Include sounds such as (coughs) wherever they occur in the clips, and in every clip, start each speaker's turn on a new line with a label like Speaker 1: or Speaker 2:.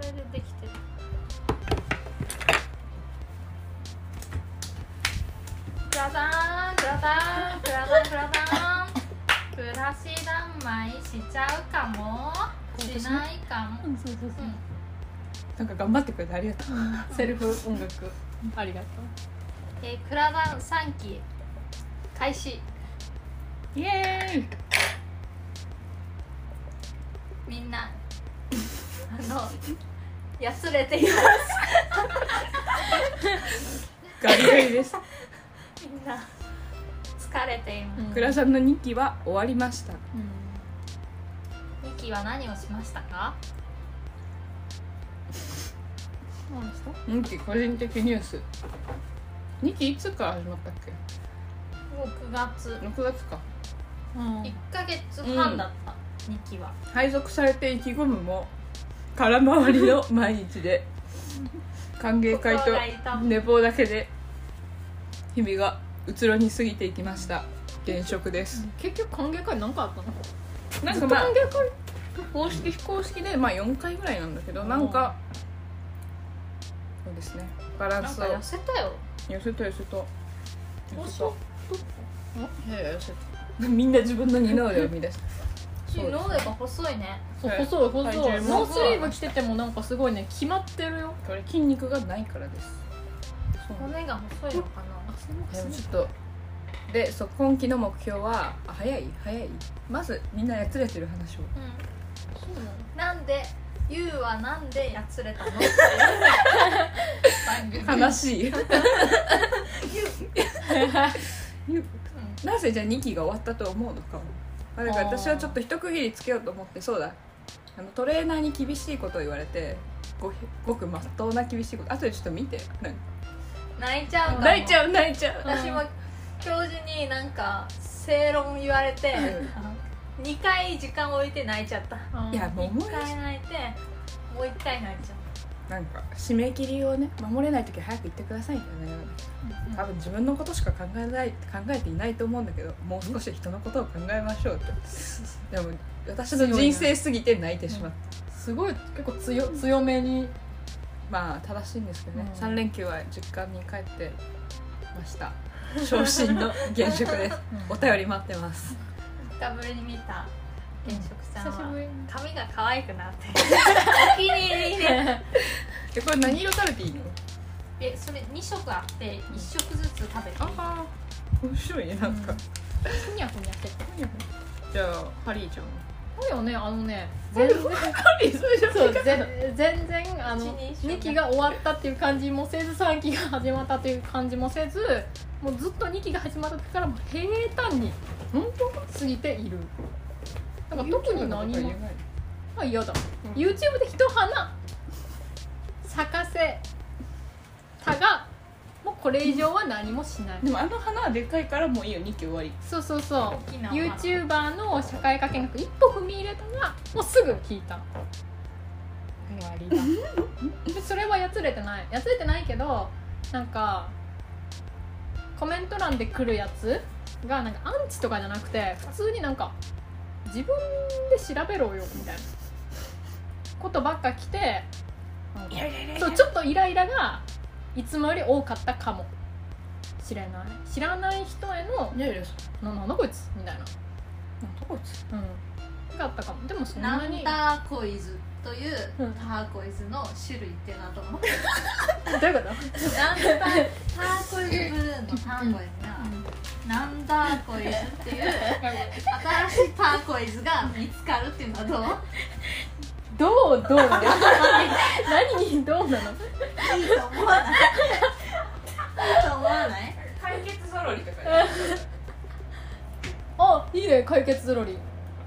Speaker 1: れでできてるグラタングラタングラタングラタン暮らし三昧しちゃうかもしないかも、
Speaker 2: うんそうそう
Speaker 1: う、
Speaker 2: そうんなんか頑張ってくれてありがとう (laughs) セルフ音楽ありがと
Speaker 1: えー、クラダン3期開始
Speaker 2: うイエーイ
Speaker 1: みんな (laughs) あのやつれていま
Speaker 2: ガリガリ (laughs) です
Speaker 1: すみんな疲れています、
Speaker 2: グラさんの2期は終わりました
Speaker 1: ミキは何をしましたか
Speaker 2: 2期個人的ニュース2期いつから始まったっけ
Speaker 1: 6月
Speaker 2: 6月か
Speaker 1: 1ヶ月半だった、ミキは
Speaker 2: 配属されて意気込むも空回りの毎日 (laughs) で歓迎会
Speaker 1: 心が痛
Speaker 2: と
Speaker 1: む
Speaker 2: 寝坊だけで日々がうつろに過ぎていきました現職です
Speaker 3: 結局歓迎会何かあったの
Speaker 2: なんか
Speaker 3: ずっと
Speaker 2: ま
Speaker 3: 歓
Speaker 2: あ
Speaker 3: 迎会
Speaker 2: 公式非公式でまあ4回ぐらいなんだけどなんかそうですねバラン
Speaker 1: なん
Speaker 2: ス
Speaker 1: か
Speaker 2: を
Speaker 1: 痩せたよ
Speaker 2: 寄せと寄せと寄せと
Speaker 3: いやいやせ
Speaker 2: (laughs) みんな自分の二の腕を生み出した
Speaker 1: 昨日でが細いね
Speaker 3: (laughs) そう
Speaker 2: はい
Speaker 3: 細い細い
Speaker 2: 体重も
Speaker 3: ノースリーブ着ててもなんかすごいね決まってるよ
Speaker 2: これ筋肉がないからですそうなん
Speaker 1: 骨
Speaker 2: です
Speaker 1: が細いのかな
Speaker 2: でもちょっとでそう今期の目標はあ早い早いまずみんなやつれてる話を
Speaker 1: うん
Speaker 3: そうなの
Speaker 1: なんでゆうはなんでやつれ
Speaker 3: (laughs)
Speaker 1: たの番組
Speaker 2: 悲しい
Speaker 1: うん
Speaker 2: (laughs) なぜじゃあ2期が終わったと思うのかをあだから私はちょっと一区切りつけようと思ってそうだあのトレーナーに厳しいことを言われてごごくまっとうな厳しいことあとでちょっと見てなんか
Speaker 1: 泣いちゃうかも
Speaker 2: 泣いちゃう泣いちゃう
Speaker 1: 私も教授になんか正論言われて、
Speaker 2: う
Speaker 1: 2回時間置いて泣いちゃった
Speaker 3: あー
Speaker 2: いやもう思い
Speaker 1: 1
Speaker 2: 出し
Speaker 1: 回泣いてもう1回泣いちゃっ
Speaker 2: なんか締め切りをね守れない時は早く言ってくださいみたいな
Speaker 3: うん
Speaker 2: 多分自分のことしか考えない考えていないと思うんだけどもう少し人のことを考えましょうってでも私の人生すぎて泣いてしまった、
Speaker 3: すごい結構強強めに
Speaker 2: まあ正しいんですけどね、
Speaker 3: うん
Speaker 2: 3連休は実家に帰ってま
Speaker 3: (laughs)
Speaker 2: した昇進の現職ですお便り待ってます
Speaker 1: た2日ぶりに見た現職さん
Speaker 3: 久しぶ
Speaker 1: は
Speaker 3: (laughs) りに
Speaker 1: 髪が可愛くなって
Speaker 3: (laughs)
Speaker 1: お気に入りで
Speaker 2: えこれ何色食べていいの
Speaker 1: でそれ2色あって1色ずつ食べて
Speaker 2: ああ面白いねなんか、
Speaker 3: ふにゃふにゃしてて
Speaker 2: じゃあハリーちゃん
Speaker 3: そうよねあのね全然そう (laughs) ぜ全然あの
Speaker 1: 一人称
Speaker 3: 2期が終わったっていう感じもせず3期が始まったっていう感じもせずもうずっと2期が始まった時からもう平坦に
Speaker 2: 本
Speaker 3: 過ぎている
Speaker 2: 当
Speaker 3: なんか特に何もあ嫌だ、
Speaker 2: うん
Speaker 3: YouTube で一花咲かせたがもうこれ以上は何もしない
Speaker 2: でもあの花はでかいからもういいよ2期終わり
Speaker 3: そうそうそ
Speaker 1: 大
Speaker 3: う
Speaker 1: きな
Speaker 3: YouTuber の社会科見学一歩踏み入れたがもうすぐ聞いた終わりだそれはやつれてないやつれてないけどなんかコメント欄で来るやつがなんかアンチとかじゃなくて普通になんか自分で調べろよみたいなことばっか来てなんかそうちょっとイライラがいつもより多かったかもしれない知らない人への
Speaker 2: いやいや
Speaker 3: 「ななんだこいつ」みたいな
Speaker 2: どこつ
Speaker 3: うんがあったかもでもそん
Speaker 1: ナ
Speaker 3: な
Speaker 1: ン
Speaker 3: に
Speaker 1: ダーコイズという
Speaker 3: うん
Speaker 1: ターコイズの種類ってなと思う
Speaker 3: どういうこと
Speaker 1: ナンダーターコイズブルーのターコイズが、ナンダーコイズっていう新しいターコイズが見つかるっていうのはどう
Speaker 3: どうどうなの何にどうなの
Speaker 1: いいと思わないいいと思わない
Speaker 2: 解決ぞろりとか
Speaker 3: あいいね解決ゾロリ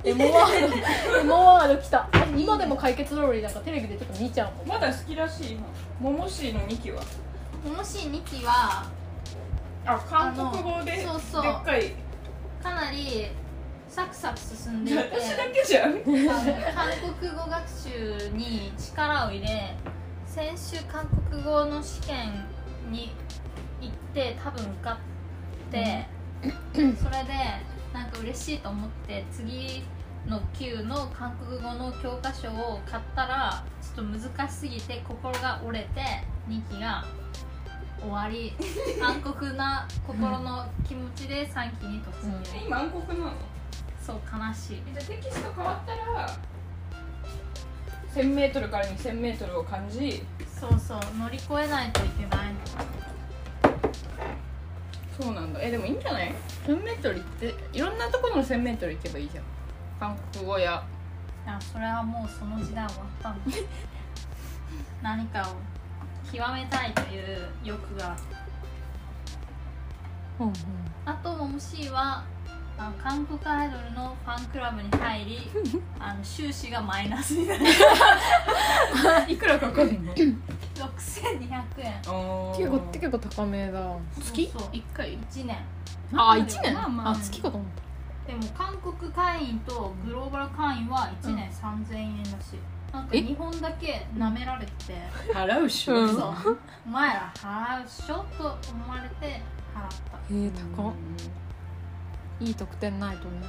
Speaker 3: エモワードエモワード来た今でも解決ゾロリなんかテレビでちょっと見ちゃうもん
Speaker 2: まだ好きらしい今モモシーの2期は
Speaker 1: もし2期は
Speaker 2: あ韓
Speaker 1: あの
Speaker 2: 国語で
Speaker 1: そうそう
Speaker 2: でっかい
Speaker 1: かなりサクサク進んでいて
Speaker 2: 私だけじゃ
Speaker 1: あ
Speaker 2: ん
Speaker 1: の韓国語学習に力を入れ先週韓国語の試験に行って多分受かって、それでなんか嬉しいと思って次の級の韓国語の教科書を買ったらちょっと難しすぎて心が折れて2期が終わ (laughs) り暗黒な心の気持ちで3期に突入、
Speaker 3: う
Speaker 2: 今暗黒なの
Speaker 1: そう悲しい
Speaker 2: じゃあテキスト変わったら 1000m から 2000m を感じ
Speaker 1: そうそう乗り越えないといけないの
Speaker 2: そうなんだえでもいいんじゃない 1000m 行っていろんなところの 1000m 行けばいいじゃん韓国語や
Speaker 1: いやそれはもうその時代終わった
Speaker 3: (laughs)
Speaker 1: んだ何かを極めたいという欲が
Speaker 3: うんうん
Speaker 1: あとももしいはあの韓国アイドルのファンクラブに入
Speaker 3: (laughs)
Speaker 1: りあの収支がマイナスになる
Speaker 2: いくらかかるの
Speaker 1: 6200円
Speaker 3: 結構結構高めだ
Speaker 2: 月
Speaker 1: そうそう
Speaker 2: 1回
Speaker 1: 1年
Speaker 3: あ一年、
Speaker 2: まあ
Speaker 3: あ
Speaker 2: まあ
Speaker 3: 月かと思った
Speaker 1: でも韓国会員とグローバル会員は1年3000円らしい、なんか
Speaker 3: え
Speaker 1: 日本だけなめられてて
Speaker 2: 払うしょ、
Speaker 3: うん
Speaker 1: そうお前ら払うっしょと思われて払った
Speaker 3: へえ高っいい得点ないとね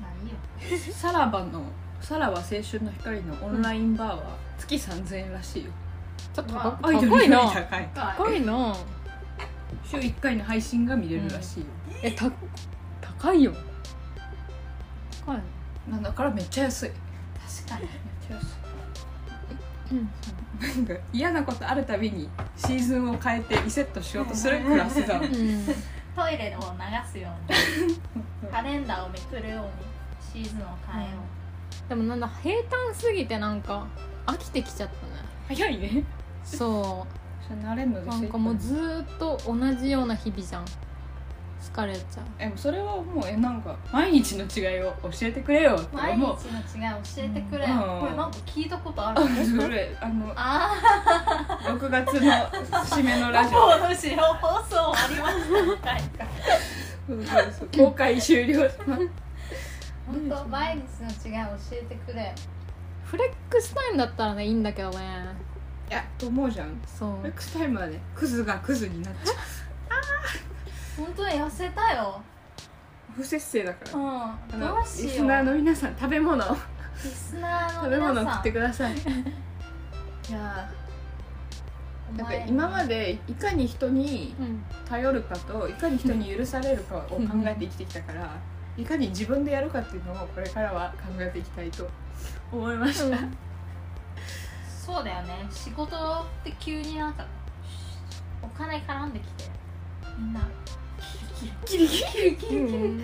Speaker 1: まあいいよ
Speaker 2: さらばのさらば青春の光のオンラインバーは月3000円らしいよ、
Speaker 3: ちょっと
Speaker 1: まあ
Speaker 3: 高
Speaker 2: アイドルよ
Speaker 3: 高
Speaker 2: り
Speaker 3: いな
Speaker 2: 高い
Speaker 3: 高いな
Speaker 2: 週1回の配信が見れるらしいよ、
Speaker 3: えた高いよ高い
Speaker 2: なんだからめっちゃ安いめっ (laughs)
Speaker 1: 確かに
Speaker 2: ちゃ安い
Speaker 3: うん
Speaker 2: なんか嫌なことあるたびにシーズンを変えてリセットしようとするクラスだ
Speaker 3: うん
Speaker 1: トイレを流すよう
Speaker 2: (laughs)
Speaker 1: にカレンダーをめくるようにシーズンを変えよ
Speaker 3: でもなんだ平坦すぎてなんか飽きてきちゃったね
Speaker 2: 早いね
Speaker 3: そ
Speaker 2: それ慣れんの
Speaker 3: う
Speaker 2: で
Speaker 3: なんかもうずーっと同じような日々じゃん疲れちゃう
Speaker 2: えもうそれはもうえなんか毎日の違いを教えてくれよって
Speaker 1: う、毎日
Speaker 2: 思
Speaker 1: の
Speaker 2: う
Speaker 1: 違い教えてくれ、
Speaker 2: うん
Speaker 1: これなんか聞いたことある
Speaker 2: それあの
Speaker 1: あ
Speaker 2: 6月の締めの
Speaker 1: あ
Speaker 2: ラ
Speaker 1: ラ
Speaker 2: ジ
Speaker 1: ジ
Speaker 2: オ
Speaker 1: オの資料放送ありましたみたいな
Speaker 2: そうそうそう公開終了
Speaker 1: 本当毎日の違い教えてくれ
Speaker 3: フレックスタイムだったらねいいんだけどね
Speaker 2: いやと思うじゃん
Speaker 3: そう
Speaker 2: フレックスタイムはねクズがクズになっちゃう
Speaker 1: 本当に痩せたよ
Speaker 2: (laughs) 不節制だから
Speaker 1: う
Speaker 2: あ
Speaker 1: ん
Speaker 2: の
Speaker 1: どう
Speaker 2: リ
Speaker 1: し
Speaker 2: ス
Speaker 1: よ
Speaker 2: ナー
Speaker 1: う
Speaker 2: の皆さん食べ物を
Speaker 1: リスナーの
Speaker 2: 食べ物を
Speaker 1: 皆
Speaker 2: 食
Speaker 1: さ
Speaker 2: っ
Speaker 1: ん
Speaker 2: てくださ (laughs) いいやーなんか今までいかに人に
Speaker 3: うん
Speaker 2: 頼るかといかに人に許されるかを考えて生きてきたからいかに自分でやるかっていうのをこれからは考えていきたいと思いました、
Speaker 1: そうだよね仕事って急になんかお金絡んできてみんな
Speaker 2: (laughs) キリキリキ
Speaker 3: うん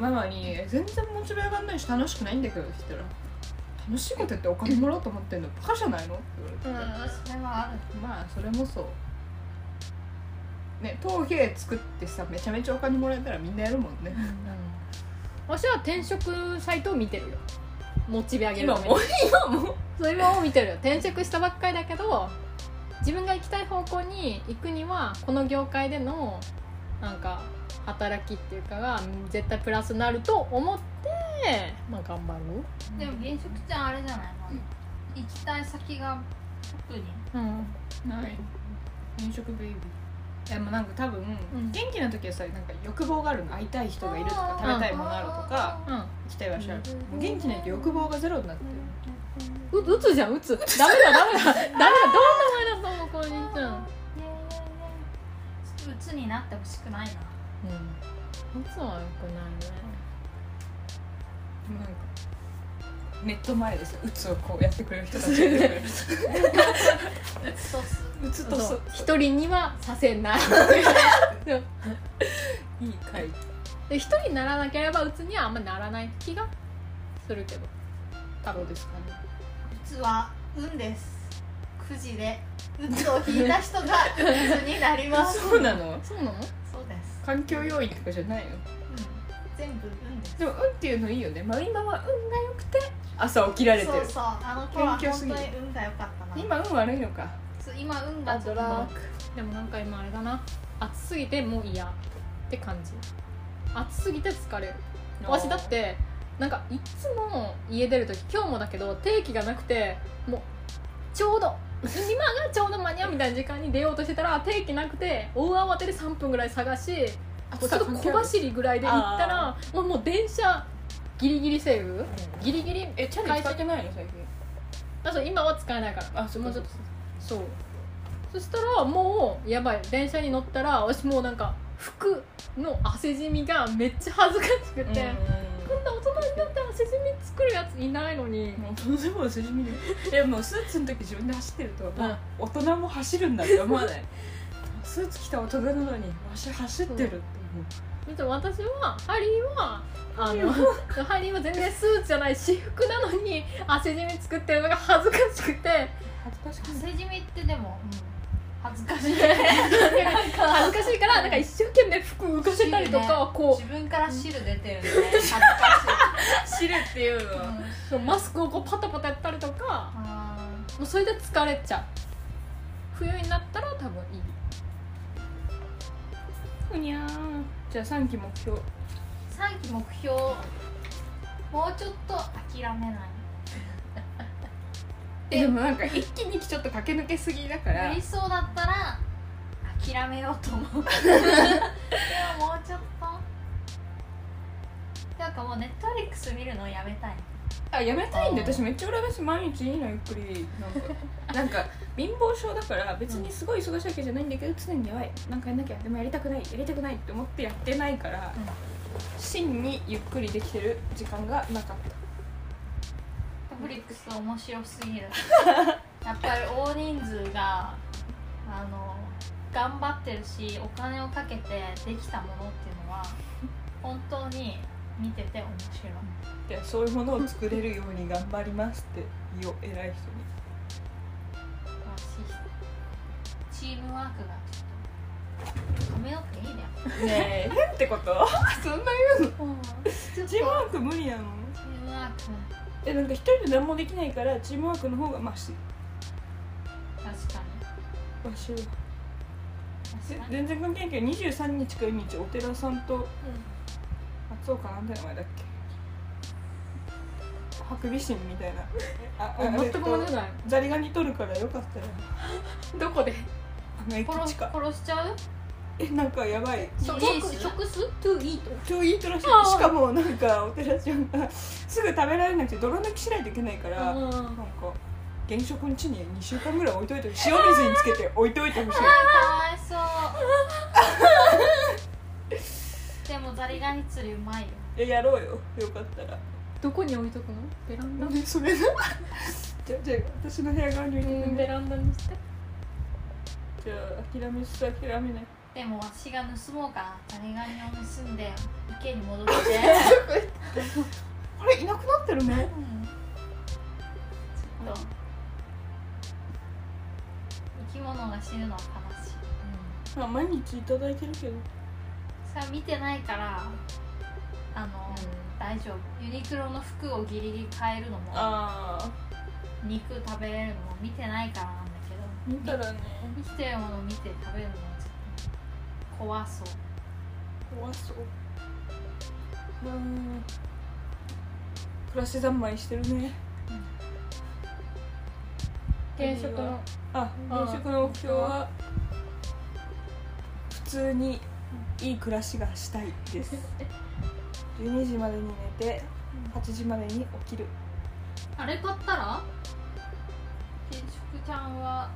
Speaker 2: ママに「全然モチベ上がんないし楽しくないんだけど」って言ったら「楽しいことやってお金もらおうと思ってんのバカじゃないの?」って言われて、
Speaker 1: それはある
Speaker 2: まあそれもそうね陶芸作ってさめちゃめちゃお金もらえたらみんなやるもんね
Speaker 3: 私は転職サイトを見てるよモチベ上げる
Speaker 2: 今
Speaker 3: ために
Speaker 2: も今も
Speaker 3: そう今も見てるよ転職したばっかりだけど自分が行きたい方向に行くにはこの業界でのなんか働きっていうかがうん絶対プラスになると思ってまあ頑張ろ
Speaker 1: でも現職ちゃんあれじゃないの、行きたい先が特に
Speaker 3: ううん
Speaker 2: ない転職ベイビーでもなんか多分、
Speaker 3: ん
Speaker 2: 元気な時はさなんか欲望があるの会いたい人がいると
Speaker 1: あ
Speaker 2: か
Speaker 1: ー
Speaker 2: 食べたいものあるとか
Speaker 3: うん
Speaker 2: 行きたい場所ある、
Speaker 1: うん
Speaker 2: 元気ないと欲望がゼロになってる、
Speaker 3: う打つじゃん打つダメだ
Speaker 2: (laughs)
Speaker 3: ダメだダメだどんなマイナスの方向に行くの
Speaker 1: ちょっと鬱になってほしくないな
Speaker 3: うん打つはよくない
Speaker 2: でもなんかネット前ですようつをこうやってくれる人たちがいるから (laughs)
Speaker 1: 鬱とす
Speaker 2: うつと
Speaker 3: ね
Speaker 2: そ
Speaker 3: そう
Speaker 2: う
Speaker 3: 一人にはさせないでも
Speaker 2: いい回
Speaker 3: で一人にならなければ打つにはあんまならない気がするけど多分
Speaker 2: ですかね
Speaker 1: 鬱は運ですくじで鬱を引いた
Speaker 2: (laughs)
Speaker 1: 人が鬱になります
Speaker 2: そうなの
Speaker 3: そうなの
Speaker 1: そうです、
Speaker 2: 環境要因とかじゃないの
Speaker 1: うん、全部運です
Speaker 2: でも運っていうのいいよねまあ今は運が良くて朝起きられてる
Speaker 1: そうそうあの頃は
Speaker 2: 勉強す
Speaker 1: 本
Speaker 2: ぎ
Speaker 1: 当
Speaker 2: る
Speaker 1: に運が良かったな
Speaker 2: 今運悪いのか
Speaker 1: そう今運がちょっと
Speaker 3: でもなんか今あれだな暑すぎてもう嫌って感じ暑すぎて疲れる私だってなんかいつも家出る時今日もだけど定期がなくてもうちょうど今がちょうど間に合うみたいな時間に出ようとしてたら定期なくて大慌てで3分ぐらい探し
Speaker 2: あ
Speaker 3: ちょっと小走りぐらいで行ったらもうもう電車ギリギリセーブギリギリ
Speaker 2: えチャリ使ってないの最近
Speaker 3: あそう今は使えないから
Speaker 2: あそう
Speaker 3: も
Speaker 2: か
Speaker 3: うち
Speaker 2: そ
Speaker 3: ょ
Speaker 2: う
Speaker 3: っ
Speaker 2: か
Speaker 3: とそうそしたらもうやばい電車に乗ったら私もうなんか服の汗じみがめっちゃ恥ずかしくて、
Speaker 2: うん
Speaker 3: こんな大人になって汗じみ作るやついないのに、
Speaker 2: もうとんでも筋見るでもスーツの時自分で走ってると、
Speaker 3: うん
Speaker 2: あ大人も走るんだって思わないスーツ着た大人なのにわし走ってるって
Speaker 3: でも私はハリーはあのハリーは全然スーツじゃない私服なのに汗じみ作ってるのが恥ずかしくて
Speaker 2: 恥ずかしくない
Speaker 1: 汗じみってでも、うん恥ずかしい
Speaker 3: 恥ずかしいからなんか一生懸命服浮かせたりとかこ
Speaker 1: 自分から汁出てるんで、ね、恥ずか
Speaker 2: 走るっていうの
Speaker 1: しい、うん
Speaker 3: うマスクをこうパタパタやったりとか
Speaker 1: あ
Speaker 3: もうそれで疲れちゃう冬になったら多分いい
Speaker 2: ふにゃーじゃあ3期目標
Speaker 1: ー3期目標もうちょっと諦めない
Speaker 2: えでもなんか一気にちょっと駆け抜けすぎだから
Speaker 1: 無理そうだったら諦めようと思うでももうちょっとなんかもうネットフリックス見るのやめたい
Speaker 2: あやめたいんで
Speaker 1: あー
Speaker 2: 私めっちゃ羨ましい毎日いいのゆっくり (laughs) なんかなんか貧乏症だから別にすごい忙しいわけじゃないんだけど常にやばいなんかやんなきゃでもやりたくないやりたくないって思ってやってないから、
Speaker 1: うん
Speaker 2: 真にゆっくりできてる時間がなかっ
Speaker 1: ネットフリックス面白すぎるやっぱり大人数があの頑張ってるしお金をかけてできたものっていうのは本当に見てて面白い
Speaker 2: たでそういうものを作れるように頑張りますって言おう偉い人に
Speaker 1: チームワークがちょっと止めようっていいね。
Speaker 2: ねえ変ってこと (laughs) そんな
Speaker 1: ちょっと
Speaker 2: チ
Speaker 1: チ
Speaker 2: ー
Speaker 1: ー
Speaker 2: ム
Speaker 1: ムワ
Speaker 2: ワーク無理な
Speaker 1: ー
Speaker 2: の
Speaker 1: ク
Speaker 2: えなんか一人で何もできないからチームワークの方がマシ
Speaker 1: 確か
Speaker 2: マシ
Speaker 1: に確かに
Speaker 2: 全然関係ないけど23日か4日お寺さんと松岡なんて名前だっけハクビシンみた (laughs) いなああ
Speaker 3: 全く問題ない
Speaker 2: ザリガニ取るからよかったよ
Speaker 3: どこで
Speaker 2: アメリカ
Speaker 1: 殺
Speaker 2: 地
Speaker 1: し
Speaker 2: 下
Speaker 1: 殺しちゃう？
Speaker 2: えなんかやばい
Speaker 1: 食食す？
Speaker 3: トゥーイート
Speaker 2: 超いいとらしいし
Speaker 3: あー
Speaker 2: かもなんかお寺ちゃんがすぐ食べられなくて泥抜きしないといけないからなんか原色の地に2週間ぐらい置いといて塩水につけて置いといてほしい
Speaker 1: かわいそう。でもザリガニ釣りうまいよ。
Speaker 2: えやろうよよかったら
Speaker 3: どこに置いとくのベランダ
Speaker 2: なんでそれな (laughs) じゃじゃあ私の部屋側に置いてくんで
Speaker 3: ベランダにして
Speaker 2: じゃあ諦めし諦めない
Speaker 1: でもわしが盗もうかな。ザリガニを盗んで池に戻って。
Speaker 2: あれいなくなってるね
Speaker 1: うんちょっと生き物が死ぬのは悲しい。
Speaker 2: あ毎日いただいてるけど
Speaker 1: それは見てないからあの、大丈夫ユニクロの服をギリギリ買えるのも
Speaker 2: ああ
Speaker 1: 肉食べれるのも見てないからなんだけど
Speaker 2: 見たらね
Speaker 1: 生きてるものを見て食べるのはちょっと怖そう
Speaker 2: 怖そううん暮らし三昧してるね
Speaker 3: 転職の
Speaker 2: あ
Speaker 3: あー
Speaker 2: 現職の目標は普通にいい暮らしがしたいです (laughs) 12時までに寝て8時までに起きる
Speaker 1: あれ買ったら定食ちゃんは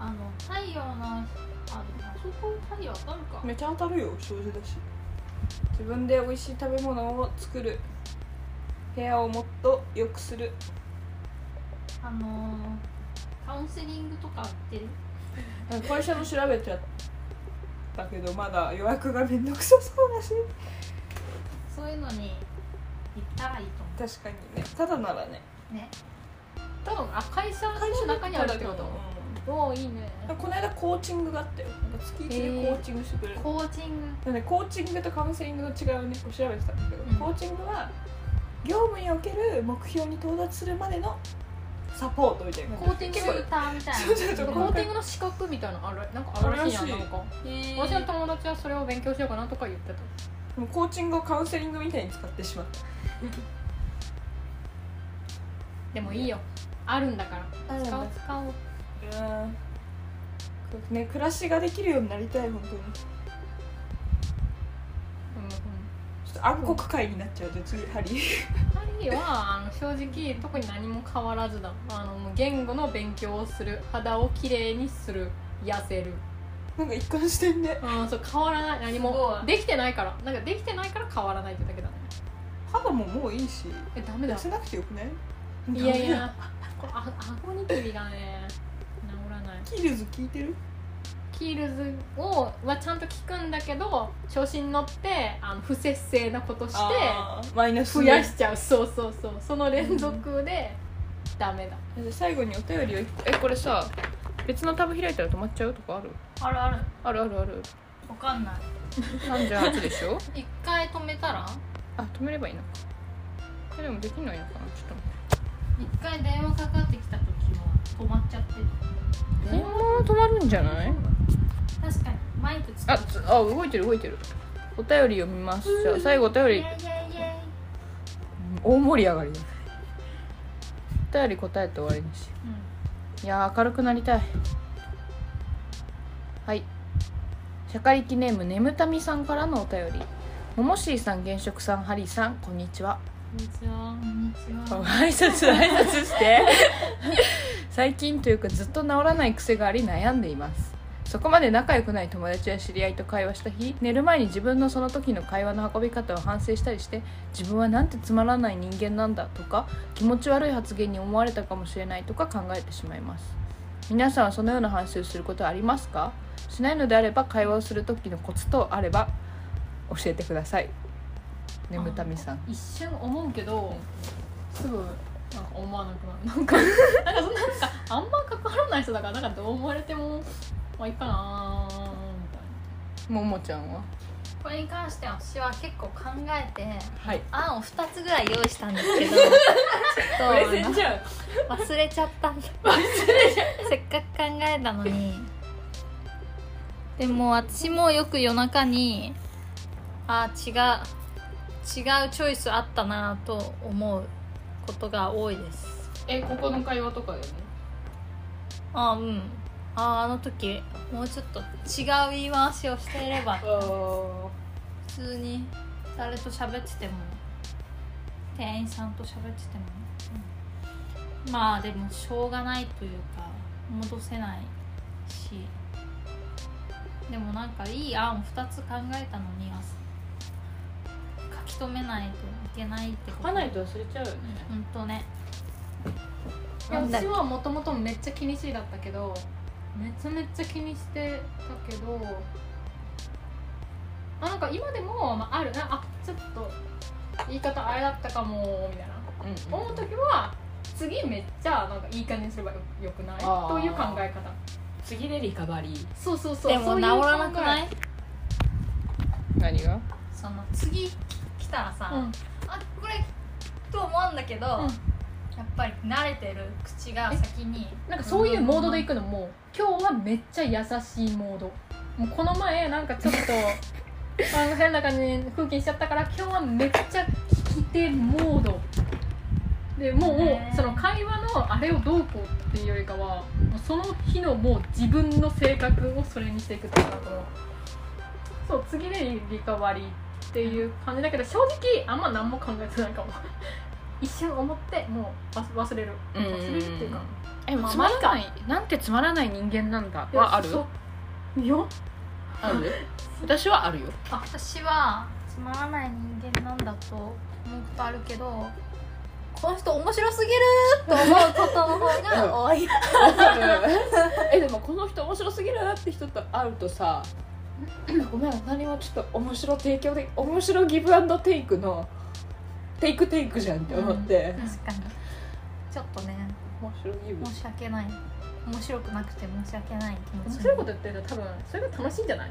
Speaker 1: あの太陽のああそこ太陽当たるか
Speaker 2: めちゃ当たるよ障子だし自分で美味しい食べ物を作る部屋をもっと良くする
Speaker 1: あのカウンセリングとか売ってる
Speaker 2: 会社の調べちゃったけどまだ予約がめんどくさそうだし
Speaker 1: そういうのに行ったらいいと思
Speaker 2: 確かにねただならね
Speaker 1: うね
Speaker 3: 多分あ会社の中にあるってことおおいいね
Speaker 2: うんこの間コーチングがあったよなんか月1でコーチングしてくれる、
Speaker 1: コーチング
Speaker 2: なんでコーチングとカウンセリングの違いをねこう調べてたんだけど、
Speaker 1: うん
Speaker 2: コーチングは業務における目標に到達するまでのサポートみたいな
Speaker 3: コーティング
Speaker 1: シューターみた
Speaker 4: (laughs)
Speaker 1: いな
Speaker 2: そうそうそう
Speaker 3: コーティングの資格みたいなのあるなんかあるらしいやんなんか
Speaker 1: へー
Speaker 3: 私の友達はそれを勉強しようかなとか言ってた
Speaker 2: でもコーチングをカウンセリングみたいに使ってしまっ
Speaker 3: でもいいよあるんだから
Speaker 2: た
Speaker 3: 使おう使おう
Speaker 2: うんね暮らしができるようになりたい本当にち
Speaker 3: うんうん
Speaker 2: ょっと暗黒会になっちゃうじゃあ次ハリー (laughs)
Speaker 3: ハリーはあの正直特に何も変わらずだあのもう言語の勉強をする肌をきれいにする痩せる
Speaker 2: なんか一貫してんね
Speaker 3: うんそう変わらない何も
Speaker 1: すごい
Speaker 3: できてないからなんかできてないから変わらないってだけだね
Speaker 2: 肌ももういいし
Speaker 3: えダメだ
Speaker 2: 痩せなくてよくない
Speaker 3: いやいやこれあ顎ニキビがね治らない
Speaker 2: キルズ聞いてる
Speaker 3: キールズをはちゃんと聞くんだけど調子に乗ってあの不節制なことして
Speaker 2: あーマイナス
Speaker 3: 増やしちゃうそうそうそうその連続でダメだ
Speaker 4: 最後にお便りをえこれさ別のタブ開いたら止まっちゃうとかある
Speaker 1: あるある
Speaker 4: あるあるある
Speaker 1: わかんない
Speaker 4: 38でしょ
Speaker 1: 一回止めたら
Speaker 4: あ止めればいいのかえでもできないのかなちょっと
Speaker 1: 一回電話かかってきた時は止まっちゃってる
Speaker 4: 電話は止まるんじゃない
Speaker 1: 確かにマイクつ
Speaker 4: あつあ動いてる動いてるお便り読みますじゃあ最後お便
Speaker 1: イエイ
Speaker 4: り
Speaker 1: イエ
Speaker 4: 大盛り上がりだお便り答えて終わりにしよ
Speaker 1: イうん
Speaker 4: ういやー明るくなりたいはい社会記ネームねむたみさんからのお便りももしーさん現職さんハリーさんこんにちは
Speaker 3: こんにちは
Speaker 1: こんにちは
Speaker 4: 挨拶挨拶して (laughs) 最近というかずっと治らない癖があり悩んでいますそこまで仲良くない友達や知り合いと会話した日寝る前に自分のその時の会話の運び方を反省したりして自分はなんてつまらない人間なんだとか気持ち悪い発言に思われたかもしれないとか考えてしまいます皆さんはそのような反省をすることはありますかしないのであれば会話をする時のコツとあれば教えてください眠たみさん
Speaker 3: 一瞬思うけどすぐなんか思わなくな
Speaker 1: (laughs)
Speaker 3: るなんかなんかそんななんかあんま関わらない人だからなんかどう思われてもまあいいかなーみたいな
Speaker 4: ももちゃんは
Speaker 1: これに関しては私は結構考えて
Speaker 4: はい
Speaker 1: 案を2つぐらい用意したんですけ
Speaker 4: (laughs)
Speaker 1: ど
Speaker 2: プレゼン
Speaker 1: ち
Speaker 2: じゃん
Speaker 1: ょっと忘れちゃったんだせっかく考えたのにでも私もよく夜中にあ違う違うチョイスあったなと思うことが多いです
Speaker 3: えここの会話とかでも
Speaker 1: あうんああの時もうちょっと違う言い回しをしていれば普通に誰と喋ってても店員さんと喋ってても、まあでもしょうがないというか戻せないしでもなんかいい案を2つ考えたのにあ書き留めないといけないってこと
Speaker 4: と忘れちゃうよね
Speaker 1: ほんとね
Speaker 3: いや
Speaker 1: なんだ
Speaker 3: 私はもともとめっちゃ気にしいだったけどめちゃめちゃ気にしてたけどあなんか今でも、まあ、あるなあちょっと言い方あれだったかもみたいな
Speaker 4: うん
Speaker 3: 思う時は次めっちゃなんかいい感じにすればよよくない
Speaker 4: あー
Speaker 3: という考え方
Speaker 4: 次でリカバリー
Speaker 3: そうそうそう
Speaker 1: でも
Speaker 3: そう
Speaker 1: 治
Speaker 3: いう考え
Speaker 1: らなくない
Speaker 4: 何が
Speaker 1: その次来たらさ、
Speaker 3: うん
Speaker 1: あこれと思うんだけど、
Speaker 3: うん
Speaker 1: やっぱり慣れてる口が先に
Speaker 3: なんかそういうモードで行くのも今日はめっちゃ優しいモードもうこの前なんかちょっとあの変な感じに空気にしちゃったから今日はめっちゃ聞き手モードでも
Speaker 1: ね
Speaker 3: うその会話のあれをどうこうっていうよりかはもうその日のもう自分の性格をそれにしていくっていうかそのそう次でリカバリーっていう感じだけど正直あんま何も考えてないかも (laughs) 一瞬思ってもう忘忘れる
Speaker 4: うん
Speaker 3: 忘れるっていうか
Speaker 4: え
Speaker 3: まあ
Speaker 4: つまらないなんてつまらない人間なんだ
Speaker 3: いや
Speaker 4: はある
Speaker 3: そういや
Speaker 4: ある私はあるよ
Speaker 1: 私はつまらない人間なんだと思うことあるけどこの人面白すぎると思うことの方が (laughs) 多い
Speaker 4: (laughs) えでもこの人面白すぎるなって人と会うとさ (coughs) ごめん何もちょっと面白提供で面白ギブアンドテイクのテイクテイクじゃんって思って、
Speaker 1: 確かにちょっとね
Speaker 4: 面白ギブ
Speaker 1: 申し訳ない面白くなくて申し訳ない気持ち
Speaker 3: 面
Speaker 1: に
Speaker 3: 白いこと言ってると多分それが楽しいんじゃない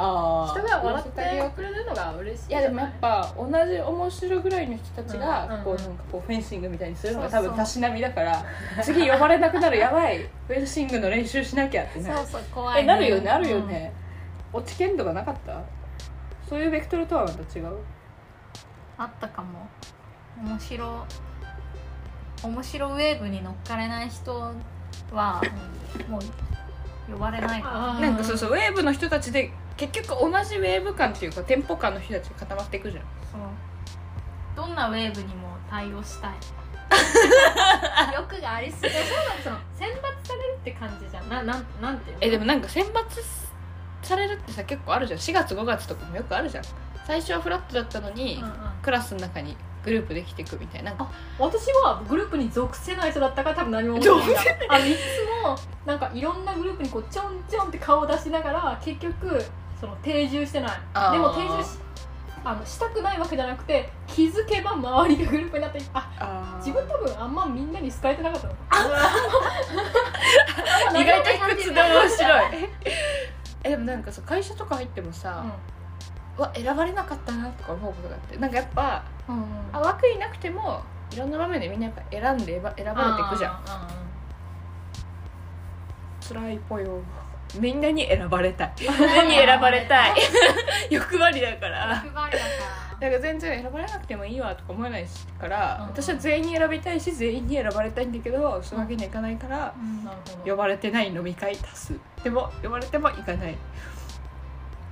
Speaker 4: あ
Speaker 3: 人が笑ってくれるのが嬉しい
Speaker 4: いやでもやっぱ同じ面白ぐらいの人たち
Speaker 3: うんうんう
Speaker 4: が
Speaker 3: ん
Speaker 4: こうなんかこうフェンシングみたいにするのが
Speaker 1: そ
Speaker 4: 多
Speaker 1: うそう
Speaker 4: 分たしなみだから次呼ばれなくなるやばいフェンシングの練習しなきゃってなる
Speaker 1: そうそう怖い、
Speaker 4: えなるよねあるよね落ち剣とかなかったそういうベクトルとはまた違う
Speaker 1: あったかも面白面白ウェーブに乗っかれない人はもう呼ばれないか
Speaker 3: あー
Speaker 4: なんかそうそうウェーブの人たちで結局同じウェーブ感っていうかテンポ感の人たちが固まっていくじゃん
Speaker 1: らそうどんなウェーブにも対応したい (laughs) 欲がありすぎる
Speaker 3: その選抜されるって感じじゃんななんなんていうの
Speaker 4: えでもなんか選抜されるってさ結構あるじゃん4月5月とかもよくあるじゃん最初はフラットだったのに、
Speaker 3: うんうん
Speaker 4: クラスの中にグループできていくみたいななんか
Speaker 3: 私はグループに属せない人だったから多分何も思ってないあのいつもなんかいろんなグループにこうちょんちょんって顔を出しながら結局その定住してない
Speaker 4: あー
Speaker 3: でも定住しあのしたくないわけじゃなくて気づけば周りがグループになってあ自分多分あんまみんなに好かれてなかったの
Speaker 4: 意外と卑屈で面白いえでもなんかさ会社とか入ってもさ、うわ選ばれなかったなとか思うことがあってなんかやっぱ
Speaker 3: うん、うん、
Speaker 4: あ枠いなくてもいろんな場面でみんなやっぱ選んで選ば選ばれていくじゃん
Speaker 3: あー
Speaker 4: 辛いぽよみんなに選ばれたいみんなに選ばれたい (laughs) 欲張りだから
Speaker 1: 欲張りだか
Speaker 4: だから全然選ばれなくてもいいわとか思えないから、
Speaker 3: うん
Speaker 4: 私は全員に選びたいし全員に選ばれたいんだけどそういうわけにはいかないから、
Speaker 3: なるほど
Speaker 4: 呼ばれてない飲み会足すでも呼ばれても行かない
Speaker 3: なる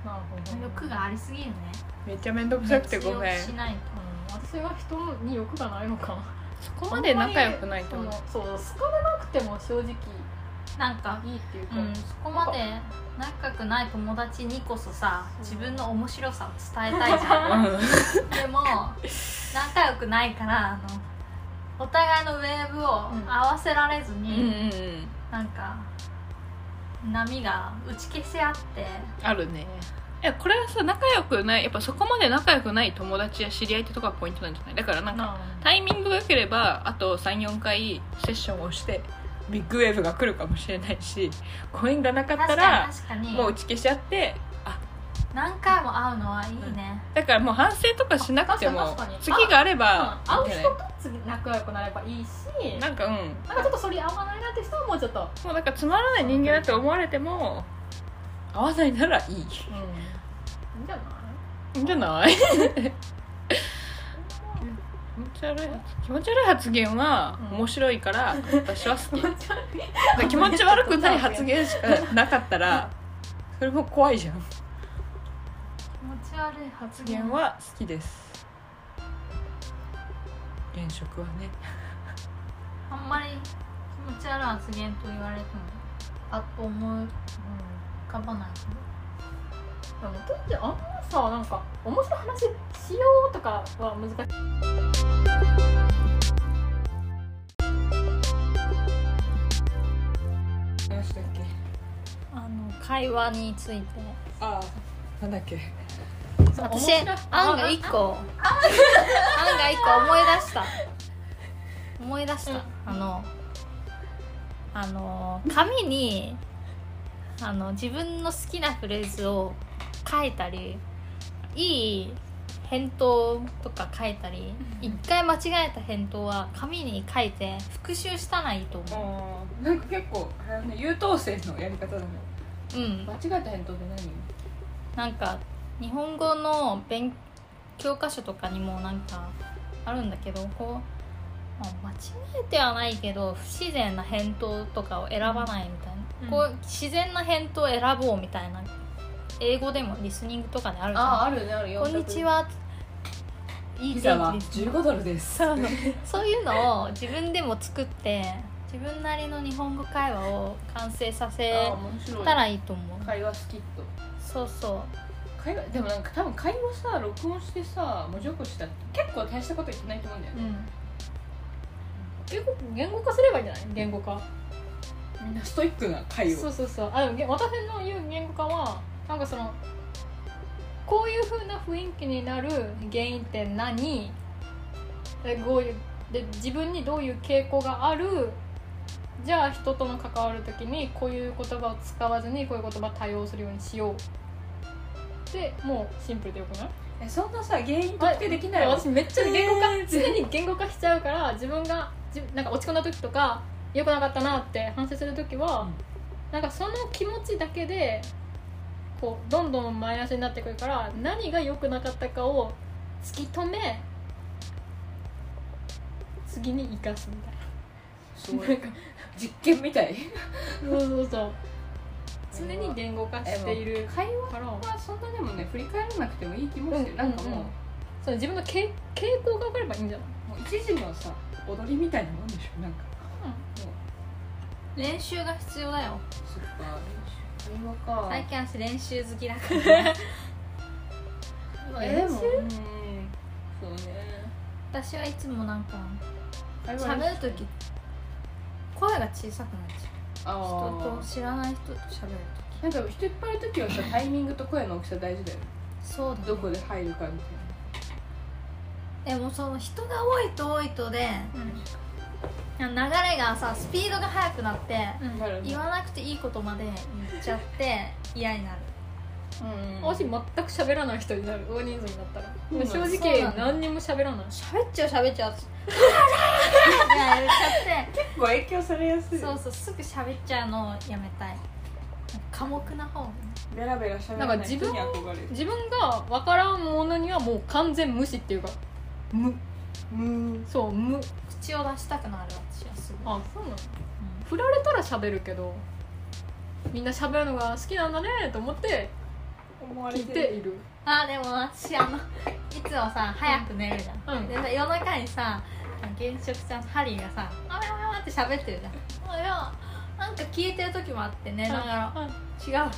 Speaker 3: ほ
Speaker 1: ら
Speaker 3: ど
Speaker 1: 欲がありすぎるね
Speaker 4: めっちゃ面倒くさくてごめん
Speaker 1: 必要しないと
Speaker 3: 私は人に欲がないのかな
Speaker 4: そこまで仲良くないと思う
Speaker 3: そのそう好かれなくても正直
Speaker 1: なんか
Speaker 3: いいっていうか、
Speaker 1: うん、そこまで仲良くない友達にこそさ自分の面白さを伝えたいじゃんでも仲良くないからあのお互いのウェーブを合わせられず
Speaker 4: うん
Speaker 1: に、
Speaker 4: うんうんうん
Speaker 1: なんか波が打ち消せ合って
Speaker 4: あるねいやこれはさ仲良くないやっぱそこまで仲良くない友達や知り合いってとこがポイントなんじゃないだからなんかタイミングが良ければあと34回セッションをしてビッグウェーブが来るかもしれないしご縁がなかった
Speaker 1: 確
Speaker 4: ら
Speaker 1: かに確かに
Speaker 4: もう打ち消しちゃってあ
Speaker 1: 何回も会うのはいいね、
Speaker 4: だからもう反省とかしなくても
Speaker 3: 確かに確かに
Speaker 4: 次があれば
Speaker 3: うん会う
Speaker 4: いいんじゃ
Speaker 3: 人と次仲良くなればいいし
Speaker 4: ない
Speaker 3: な
Speaker 4: なんかうん
Speaker 3: んかちょっとそれ合わないなって人はもうちょっと、
Speaker 4: もうなんかつまらない人間だと思われても合わないならいい
Speaker 3: うん、いいんじゃない
Speaker 4: いいんじゃない気持ち悪い気持ち悪い発言は
Speaker 3: うん
Speaker 4: 面白いから私は好き
Speaker 3: 気持ち悪い
Speaker 4: なんか気持ち悪くない発言しかなかったらそれも怖いじゃん発
Speaker 1: 気持ち悪い発
Speaker 4: 言
Speaker 1: 言は
Speaker 4: は好きです現職はね
Speaker 1: あんまり気持ち悪い発言と言われてもあっと思い浮かばないけど
Speaker 3: あのとってあんまさなんか面白い話しようとかは難しい
Speaker 2: 何したっけ
Speaker 1: あの会話について
Speaker 2: ああなんだっけ
Speaker 1: 私案が一個案が一個思い出した思い出した、あのあの紙にあの自分の好きなフレーズを書いたりいい返答とか書いたり一回間違えた返答は紙に書いて復習したらいいと思
Speaker 2: あーなんか結構あれだね優等生のやり方だね
Speaker 1: ううん
Speaker 2: 間違えた返答で
Speaker 1: なんか日本語の勉教科書とかにもなんかあるんだけどこう、まあ間違えてはないけど不自然な返答とかを選ばないみたいな、
Speaker 3: うん
Speaker 1: こう自然な返答を選ぼうみたいな英語でもリスニングとかであるじ
Speaker 3: あ
Speaker 1: ゃ
Speaker 3: あるねある
Speaker 1: ん「
Speaker 3: よ
Speaker 1: こんにちは」いい天
Speaker 2: 何ピザは
Speaker 1: 気です
Speaker 2: 15ドルです
Speaker 1: そういうのを自分でも作って自分なりの日本語会話を完成させ
Speaker 2: あー面白い
Speaker 1: たらいいと思う
Speaker 2: 会話スキット
Speaker 1: そうそう
Speaker 2: 会話でもなんか多分会話さ録音してさ文字起こしたって結構大したこと言ってないと思うんだよ
Speaker 3: う
Speaker 2: ね、
Speaker 3: ん言語言語化すればいいんじゃない言語化
Speaker 2: みんなストイックな会
Speaker 3: そ
Speaker 2: を
Speaker 3: うそうそうあでもげ私の言う言語化はなんかそのこういう風な雰囲気になる原因って何でこういうで自分にどういう傾向があるじゃあ人との関わる時にこういう言葉を使わずにこういう言葉対応するようにしようでもうシンプルでよくない
Speaker 2: えそんなさ原因特定できない
Speaker 3: あ
Speaker 2: わ
Speaker 3: 私めっちゃ言語化、常に言語化しちゃうから自分がじなんか落ち込んだ時とか良くなかったなって反省する時は、なんかその気持ちだけでこうどんどんマイナスになってくるから何が良くなかったかを突き止め次に生かすみたいな
Speaker 2: すごい実験みたい
Speaker 3: そうそうそう常に言語化している
Speaker 2: 会話
Speaker 3: から
Speaker 2: はそんなでもね振り返らなくてもいい気もする、
Speaker 3: うん
Speaker 2: なんかもう、
Speaker 3: うんそう自分のけ傾向が分かればいいんじゃない
Speaker 2: もう一時のさ踊りみたいなもんでしょなんか
Speaker 1: 練習が必要だよ
Speaker 2: そっか会話か
Speaker 1: 最近私練習好きだか
Speaker 2: え
Speaker 1: ら
Speaker 2: ーでもうんそうね
Speaker 1: 私はいつもなんか
Speaker 2: 会話
Speaker 1: 喋る時声が小さくなっちゃう
Speaker 2: あ
Speaker 1: 人と知らない人と喋る
Speaker 2: ーなんか人いっぱいいる時はさタイミングと声の大きさ大事だよね
Speaker 1: 時そうだね
Speaker 2: どこで入るかみたいな
Speaker 1: でもその人が多いと多いとで、流れがさスピードが速くなって、
Speaker 2: なる
Speaker 1: 言わなくていいことまで言っちゃって嫌になる
Speaker 2: うん
Speaker 3: もし全く喋らない人になる大人数になったら、
Speaker 2: うん
Speaker 3: もう正
Speaker 1: そう
Speaker 3: 直
Speaker 1: なんだ
Speaker 3: 何にも喋らない
Speaker 1: 喋っちゃう喋っ (laughs) ちゃうって言っちゃって
Speaker 2: ご影響されやすい
Speaker 1: そうそうすぐ喋っちゃうのをやめたい寡黙な方がね
Speaker 2: ベラベラ喋
Speaker 3: な
Speaker 2: ら
Speaker 3: んか
Speaker 2: ない
Speaker 3: 自
Speaker 2: 人
Speaker 3: 分
Speaker 2: に憧れる
Speaker 3: 自分が分からんものにはもう完全無視っていうか無
Speaker 2: うん
Speaker 3: そう無
Speaker 1: 口を出したくなる私はすごい
Speaker 3: あそうなの振られたら喋るけどみんな喋るのが好きなんだねと思って
Speaker 2: 思われ
Speaker 3: 聞い
Speaker 2: て
Speaker 3: て
Speaker 2: る
Speaker 3: いる
Speaker 1: あでも私あのいつもさ早く寝るじゃん、
Speaker 3: うん
Speaker 1: でさ夜中にさ原色ちゃんとハリーがさ「あわわわ」って喋ってるじゃんもうよなんか消えてる時もあってねだから違う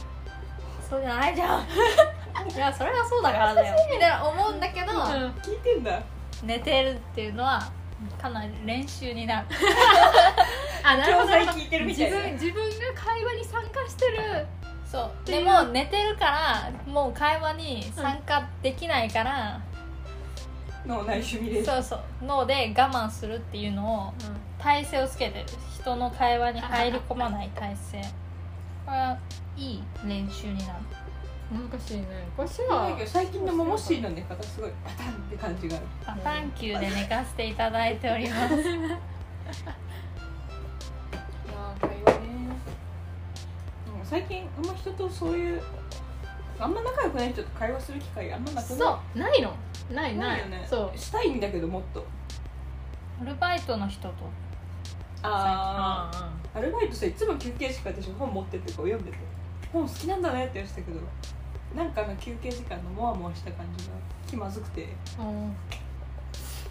Speaker 1: そうじゃないじゃん (laughs) いやそれはそうだからだよ (laughs) みたいな思うんだけど、
Speaker 3: うん
Speaker 2: 聞いてんだ
Speaker 1: 寝てるっていうのはかなり練習に (laughs) なる
Speaker 3: あなるほ
Speaker 2: 教
Speaker 3: ど
Speaker 2: 材聞いてるみ
Speaker 3: 自
Speaker 2: たいな
Speaker 3: 分自分が会話に参加してる
Speaker 1: そう
Speaker 3: て
Speaker 1: で
Speaker 3: いう
Speaker 1: も寝てるからもう会話に参加できないから、
Speaker 2: 脳内シミュレーション
Speaker 1: そうそう脳で我慢するっていうのを体勢をつけてる人の会話に入り込まない体勢これはいい練習になる
Speaker 3: 難しいね昔
Speaker 2: だ
Speaker 3: は
Speaker 2: けど最近のモモシーの寝方すごいバタンって感じがある
Speaker 1: パターン級で寝かせていただいております (laughs)
Speaker 2: いやー会話ねうん最近あんま人とそういうあんま仲良くない人と会話する機会あんまなくない
Speaker 3: そうないのないな
Speaker 2: ない
Speaker 3: い
Speaker 2: よね
Speaker 3: そう
Speaker 2: したいんだけどもっと
Speaker 1: アルバイトの人と
Speaker 2: あ
Speaker 3: あ
Speaker 2: あアルバイトさいつも休憩時間私本持ってってこう読んでて本好きなんだねって言ってたけどなんかあの休憩時間のモワモワした感じが気まずくて
Speaker 3: あうん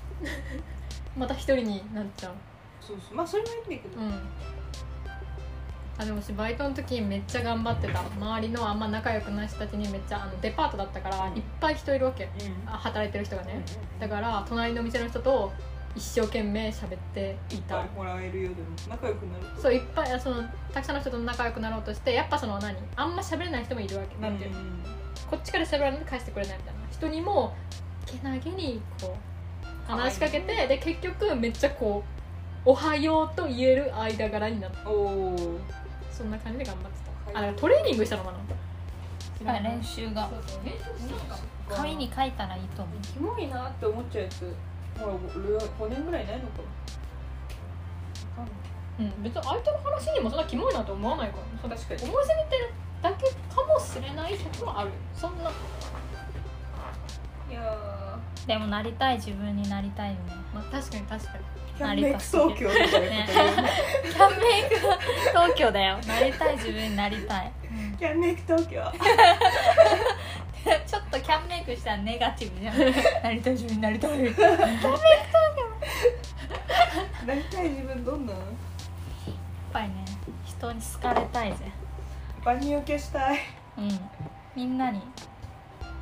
Speaker 3: (laughs) また一人になっちゃう
Speaker 2: そうそうまあそれもいいんだけど、
Speaker 3: うんあでも私バイトの時めっちゃ頑張ってた周りのあんま仲良くない人たちにめっちゃあのデパートだったからいっぱい人いるわけあ働いてる人がねだから隣の店の人と一生懸命喋ってい
Speaker 2: いっぱ
Speaker 3: た
Speaker 2: いもらえるようでも仲良くなると
Speaker 3: そういっぱいあそのたくさんの人と仲良くなろうとしてやっぱその何あんま喋れない人もいるわけなんていうの
Speaker 2: ん
Speaker 3: こっちから喋らないと返してくれないみたいな人にもけなげにこう話しかけてで結局めっちゃこう「おはよう」と言える間柄になった
Speaker 2: おおー
Speaker 3: そんな感じで頑張って
Speaker 2: はい
Speaker 3: たあだからトレーニングしたのかな
Speaker 1: やっぱり練習が
Speaker 3: そうそう練習したのか
Speaker 1: 紙に書いたらいいと思う
Speaker 2: キモいなって思っちゃうやつほら5年ぐらいないのかなわかんな
Speaker 3: うん別に相手の話にもそんなキモいなと思わないから
Speaker 2: い確かに
Speaker 3: 思いすぎてるだけかもしれないところはあるそんない
Speaker 2: や
Speaker 1: でもなりたい自分になりたいよね
Speaker 3: まあ確かに確かに
Speaker 2: ーキ
Speaker 1: 成
Speaker 2: ャ
Speaker 1: 田
Speaker 2: ンメイク東京みたいなこと言うね
Speaker 1: キャンメイク (laughs) 東京だ (laughs) よなりたい自分になりたい
Speaker 2: キャンメイク東京
Speaker 3: (laughs)
Speaker 1: (laughs) ちょっとキャンメイクしたらネガティブじゃ (laughs) んなりたい自分になりたい
Speaker 2: なりたい自分どんな
Speaker 1: やっぱりね人に好かれたいぜ
Speaker 2: 万人受けしたい
Speaker 1: うんみんなに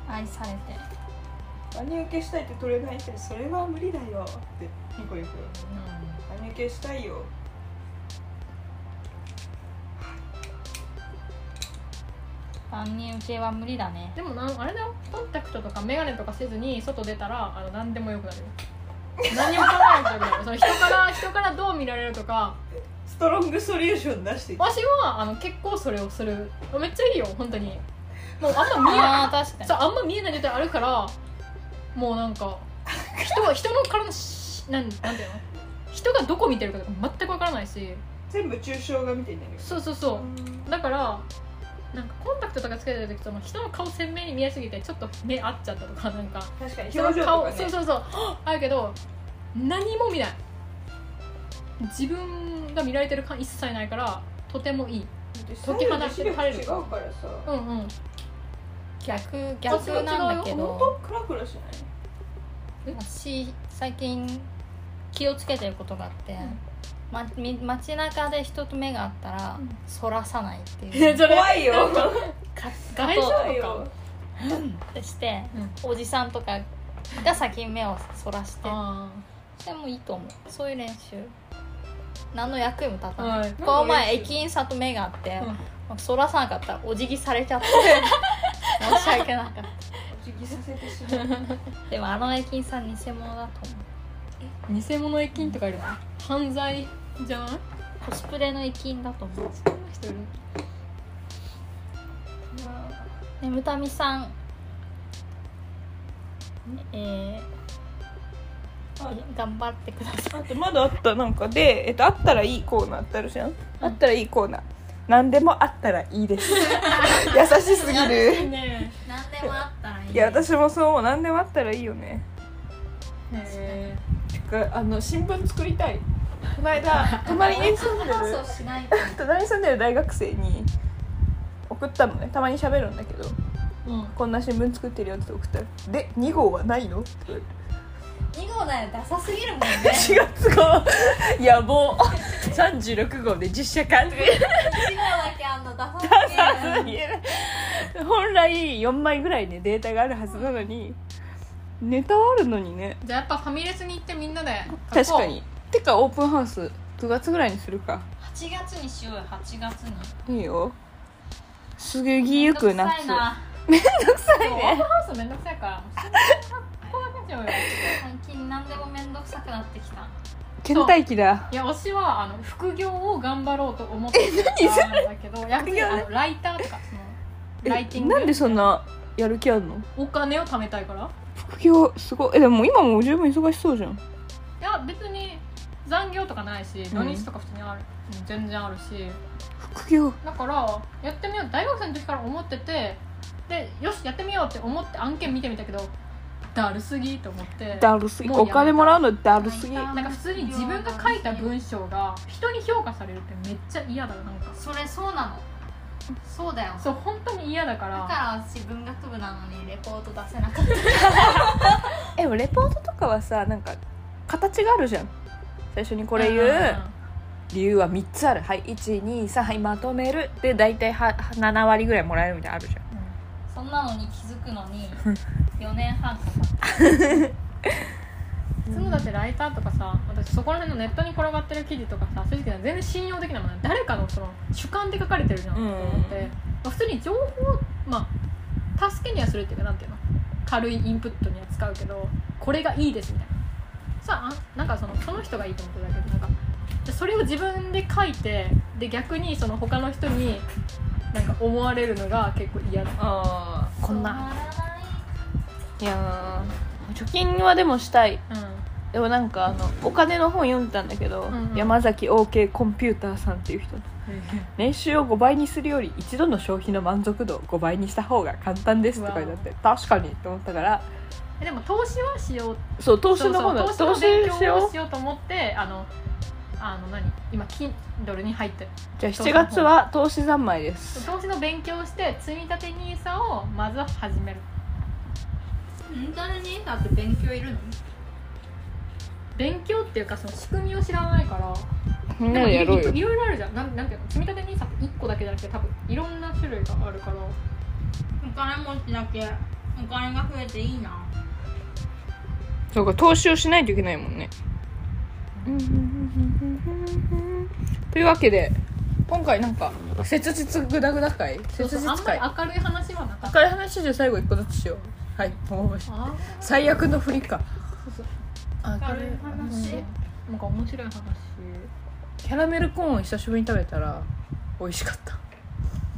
Speaker 1: 愛されて
Speaker 2: 万人受けしたいって取れないってそれは無理だよってニコニコ万人受けしたいよ
Speaker 1: 万人受けは無理だね
Speaker 3: でもなんあれだよコンタクトとか眼鏡とかせずに外出たらあの何でもよく
Speaker 2: (laughs)
Speaker 3: なるよ何にも考えなくなるよその人から人からどう見られるとか
Speaker 2: ストロングソリューション出していく
Speaker 3: 私はあの結構それをするめっちゃいいよ本当にもうあんま見えない
Speaker 1: ああ確かに
Speaker 3: そうあんま見えない状態あるからもうなんか
Speaker 2: (laughs)
Speaker 3: 人人の体のしなんなんていうの人がどこ見てるかとか全くわからないし
Speaker 2: 全部抽象画みたいになるよ
Speaker 3: そうそうそうだからなんかコンタクトとかつけてる時その人の顔鮮明に見えすぎてちょっと目合っちゃったとかなんか
Speaker 2: 確かに
Speaker 3: 人の
Speaker 2: 表情と
Speaker 3: 顔、
Speaker 2: か
Speaker 3: そう
Speaker 2: ね
Speaker 3: そうそうあるけど何も見ない自分が見られてる感一切ないからとてもいい
Speaker 2: 解き放して晴れる違うからさ
Speaker 3: うんうん
Speaker 1: 逆逆なんだけ
Speaker 2: 本
Speaker 1: ど
Speaker 2: 当クラクラしない
Speaker 1: 私最近気をつけてることがあって、ま、み街中で人と目が合ったら、そらさないっていう (laughs)
Speaker 2: 怖
Speaker 3: (laughs)
Speaker 2: いよ
Speaker 1: カッカ
Speaker 2: 大
Speaker 1: と
Speaker 2: 丈夫よ
Speaker 1: して、おじさんとかが先に目をそらして
Speaker 3: あ
Speaker 1: でもいいと思うそういう練習何の役にも立たない、
Speaker 3: はい
Speaker 1: この前駅員さんと目があって
Speaker 3: うん、
Speaker 1: そらさなかったらお辞儀されちゃって申し訳なかった
Speaker 2: お辞儀させてしまう
Speaker 1: でもあの駅員さん偽物だと思う
Speaker 3: ー偽物駅員とかいるの犯罪じゃないそん
Speaker 1: コスプレの駅員だと思う
Speaker 3: な人いる
Speaker 1: ねむたみさんえー
Speaker 2: はい
Speaker 1: え頑張ってください
Speaker 2: あとまだあったなんかで、えっと、あったらいいコーナーってあるじゃん、あったらいいコーナー何でもあったらいい (laughs) です優しすぎる
Speaker 3: ね
Speaker 1: 何でもあったらいい
Speaker 2: いや私もそう思う何でもあったらいいよね
Speaker 3: え
Speaker 2: てかあの新聞作りたいこの (laughs) 間隣に住んでる
Speaker 1: 放送しないと
Speaker 2: 隣に住んでる大学生に送ったのねたまに喋るんだけど
Speaker 3: うん
Speaker 2: こんな新聞作ってるよって送ったら「で2号はないの?」って言われて
Speaker 1: 2号だよダサすぎるもんね
Speaker 2: 4月号 (laughs)
Speaker 4: 野望36号で実写化
Speaker 1: 1号だけあんのダサすぎる
Speaker 2: 本来4枚ぐらいねデータがあるはずなのにネタはあるのにね
Speaker 3: じゃあやっぱファミレスに行ってみんなで書こう
Speaker 2: 確かにてかオープンハウス9月ぐらいにするか
Speaker 1: 8月にしようよ8月に
Speaker 2: いいよすげえぎゆく夏
Speaker 3: でもワークハウスめんどくさいからもうこんな感じようよ
Speaker 1: 最近何でも面倒くさくなってきた
Speaker 2: 倦怠期だ
Speaker 3: いや推しはあの副業を頑張ろうと思ってるからなんだ
Speaker 2: (laughs)
Speaker 3: けどやっぱりあのライターとかその
Speaker 2: え
Speaker 3: ライティング
Speaker 2: なんでそんなやる気あんの
Speaker 3: お金を貯めたいから
Speaker 2: 副業すごいえでも今もう十分忙しそうじゃん
Speaker 3: いや別に残業とかないし土
Speaker 2: ん
Speaker 3: 日とか普通にある、全然あるし
Speaker 2: 副業
Speaker 3: だからやってみよう大学生の時から思っててでよしやってみようって思って案件見てみたけどだるすぎと思って
Speaker 2: だるすぎ
Speaker 3: もうや
Speaker 2: お
Speaker 3: めた
Speaker 2: 金もらうのだるすぎ
Speaker 1: やめ
Speaker 3: なんか普通に自分が書いた文章が人に評価されるってめっちゃ嫌だよなんか
Speaker 1: それそうなのそうだよ
Speaker 3: そう本当に嫌だか
Speaker 1: だ
Speaker 3: ら
Speaker 1: から私文学部なのにレポート出せなかった
Speaker 2: えでもレポートとかはさなんか形があるじゃん最初にこれ言う、
Speaker 3: んんん
Speaker 2: 理由は3つあるはい123はいまとめるで大体は7割ぐらいもらえるみたいなのあるじゃ
Speaker 1: そ
Speaker 2: ん
Speaker 1: んなのに気づくのに4年半かかっ
Speaker 3: いつもだってライターとかさ私そこら辺のネットに転がってる記事とかさ正直全然信用できないもんね誰かのその主観で書かれてるじゃんと思って、
Speaker 2: うん
Speaker 3: まあ普通に情報まあ助けにはするっていうかなんていうの軽いインプットには使うけどこれがいいですみたいなさああなんかそのその人がいいと思ってるだけどなんかでそれを自分で書いてで逆にその他の人になんか思われるのが結構嫌だ
Speaker 2: あ
Speaker 1: た
Speaker 3: こんな、
Speaker 2: いやー貯金はでもしたい
Speaker 3: うん、
Speaker 2: でもなんかあのお金の本読んでたんだけど、
Speaker 3: んうん
Speaker 2: 山崎 OK コンピューターさんっていう人の年収を5倍にするより一度の消費の満足度を5倍にした方が簡単ですって書いてあって確かにって思ったから
Speaker 3: えでも投資はしよう
Speaker 2: そう投資
Speaker 3: そう
Speaker 2: の
Speaker 3: そ
Speaker 2: 本
Speaker 3: う
Speaker 2: だ
Speaker 3: 投資
Speaker 2: 投
Speaker 3: の
Speaker 2: 資
Speaker 3: 勉
Speaker 2: し
Speaker 3: 強
Speaker 2: よ
Speaker 3: を
Speaker 2: う
Speaker 3: しようと思ってあのあの何今 Kindle に入ってる
Speaker 2: じゃあ7月は投資三昧です
Speaker 3: 投資の勉強をして積み立て NISA をまずは始める
Speaker 1: 誰にだって勉強いるの
Speaker 3: 勉強っていうかその仕組みを知らないから
Speaker 2: みんなでやろう
Speaker 3: で
Speaker 2: よ
Speaker 3: もいいいろいろあるじゃんなんなんていうの積み立て NISA って1個だけじゃなくて多分いろんな種類があるから
Speaker 1: お金持ちだけお金が増えていいな
Speaker 2: そうか投資をしないといけないもんねというわけで今回なんか
Speaker 4: 切実グダグダ会切
Speaker 3: そうそうあ
Speaker 4: 実
Speaker 3: んま
Speaker 4: 会
Speaker 3: り明るい話はなかった
Speaker 4: 明るい話じゃ最後一個ずつしようはいもう
Speaker 3: あ
Speaker 4: 最悪の振りか
Speaker 3: ー
Speaker 1: 明るい話
Speaker 3: うんなんか面白い話
Speaker 4: キャラメルコーンを久しぶりに食べたら美味しかった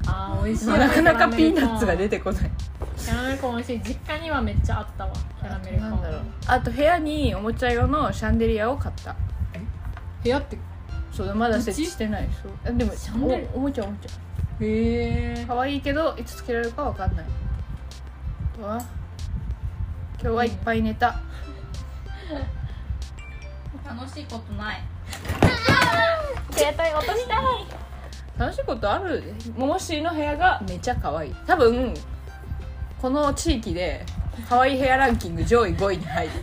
Speaker 3: あー美味しい
Speaker 4: なかなかピーナッツが出てこない
Speaker 3: キャラメルコーン美味しい実家にはめっちゃあったわキャラメルコーン
Speaker 4: なんだろうあと部屋におもちゃ用のシャンデリアを買った
Speaker 3: 部屋って
Speaker 4: そうまだ設
Speaker 3: う
Speaker 4: 置
Speaker 3: ち
Speaker 4: してないそうあでも
Speaker 3: シャンデリア
Speaker 4: おおもちゃおもちゃ
Speaker 3: へえ
Speaker 4: 可愛いけどいつつけられるかわかんないうわ今日はいっぱい寝た、
Speaker 1: 楽しいことない
Speaker 3: 携帯落としたい
Speaker 4: 楽しいことあるももしーの部屋がめちゃ可愛い多分この地域で可愛い部屋ランキング上位5位に入る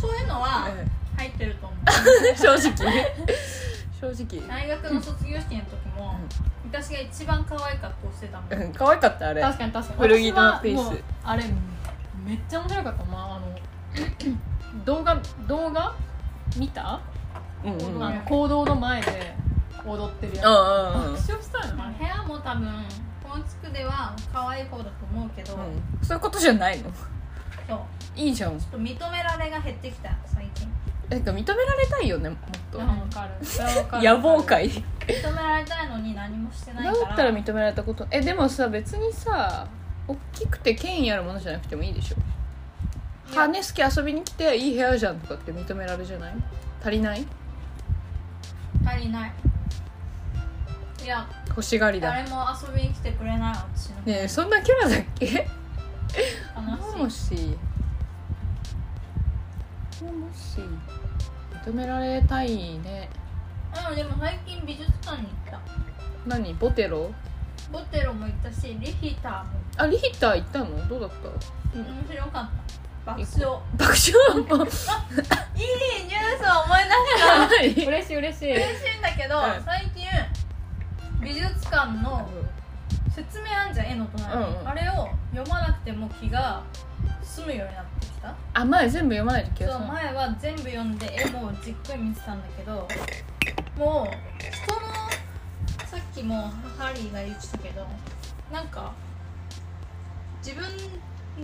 Speaker 1: そういうのは
Speaker 4: え
Speaker 1: 入ってると思う
Speaker 4: え (laughs) 正直正
Speaker 1: 大学の卒業式の時も、私が一番可愛い格好してたもん
Speaker 4: 直うん可愛かったあれ
Speaker 3: 確かに確かに
Speaker 4: 古着のピー
Speaker 3: 私
Speaker 4: ス
Speaker 3: はもうあれめっちゃ面白かったまああの (clears throat) 動画動画見た、
Speaker 4: うんうんうんうんうん
Speaker 3: あの行動の前で踊ってるやつ
Speaker 4: うん
Speaker 3: 爆笑したよ
Speaker 1: まあ
Speaker 3: ね
Speaker 1: 部屋も多分この地区では可愛い方だと思うけど、
Speaker 4: うんそういうことじゃないの
Speaker 1: そう
Speaker 4: いいじゃん
Speaker 1: ちょっと認められが減ってきた最近
Speaker 4: なんか認められたいよねもっと
Speaker 3: うんわかるそれはわかる
Speaker 4: 野望界
Speaker 1: 認められたいのに何もしてない
Speaker 4: だ
Speaker 1: から
Speaker 4: ったら認められたことえでもさ別にさ大きくて権威あるものじゃなくてもいいでしょ
Speaker 1: いや
Speaker 4: 羽根すき遊びに来ていい部屋じゃんとかって認められじゃない足りない
Speaker 1: 足りないいや
Speaker 4: 欲しがりだ
Speaker 1: 誰も遊びに来てくれない私の
Speaker 4: ねえそんなキャラだっけ
Speaker 1: 悲
Speaker 4: も
Speaker 1: しい
Speaker 4: しもし認められたいね
Speaker 1: うんでも最近美術館に行った
Speaker 4: 何ボテロ
Speaker 1: ボテロも行ったしリヒーターも
Speaker 4: あリヒター行ったのどうだった
Speaker 1: 面白かった爆笑
Speaker 4: 爆笑も
Speaker 1: いいニュースを思い出
Speaker 4: 何
Speaker 3: 嬉しい嬉しい
Speaker 1: してるんだけど、
Speaker 4: うん
Speaker 1: 最近美術館の説明あんじゃん絵の隣に、
Speaker 4: うんうん
Speaker 1: あれを読まなくても気が済むようになってきた
Speaker 4: あ前全部読まないと気が
Speaker 1: そう
Speaker 4: する
Speaker 1: 前は全部読んで絵もじっくり見てたんだけどもう人のさっきもハリーが言ってたけどなんか自分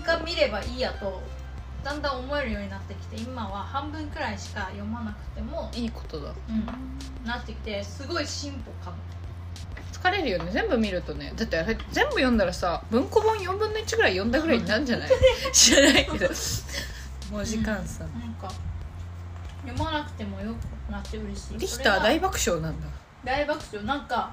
Speaker 1: が見ればいいやとだんだん思えるようになってきて今は半分くらいしか読まなくても、
Speaker 4: いいことだ
Speaker 1: うん、なってきてすごい進歩かも
Speaker 4: 疲れるよね全部見るとねだってあれ全部読んだらさ文庫本4分の1ぐらい読んだぐらいになるんじゃない知らないけどもう時間差、
Speaker 1: なんか読まなくてもよくなって嬉しい
Speaker 4: リヒタ
Speaker 1: そ
Speaker 4: ー
Speaker 1: れは
Speaker 4: 大爆笑なんだ
Speaker 1: 大爆笑なんか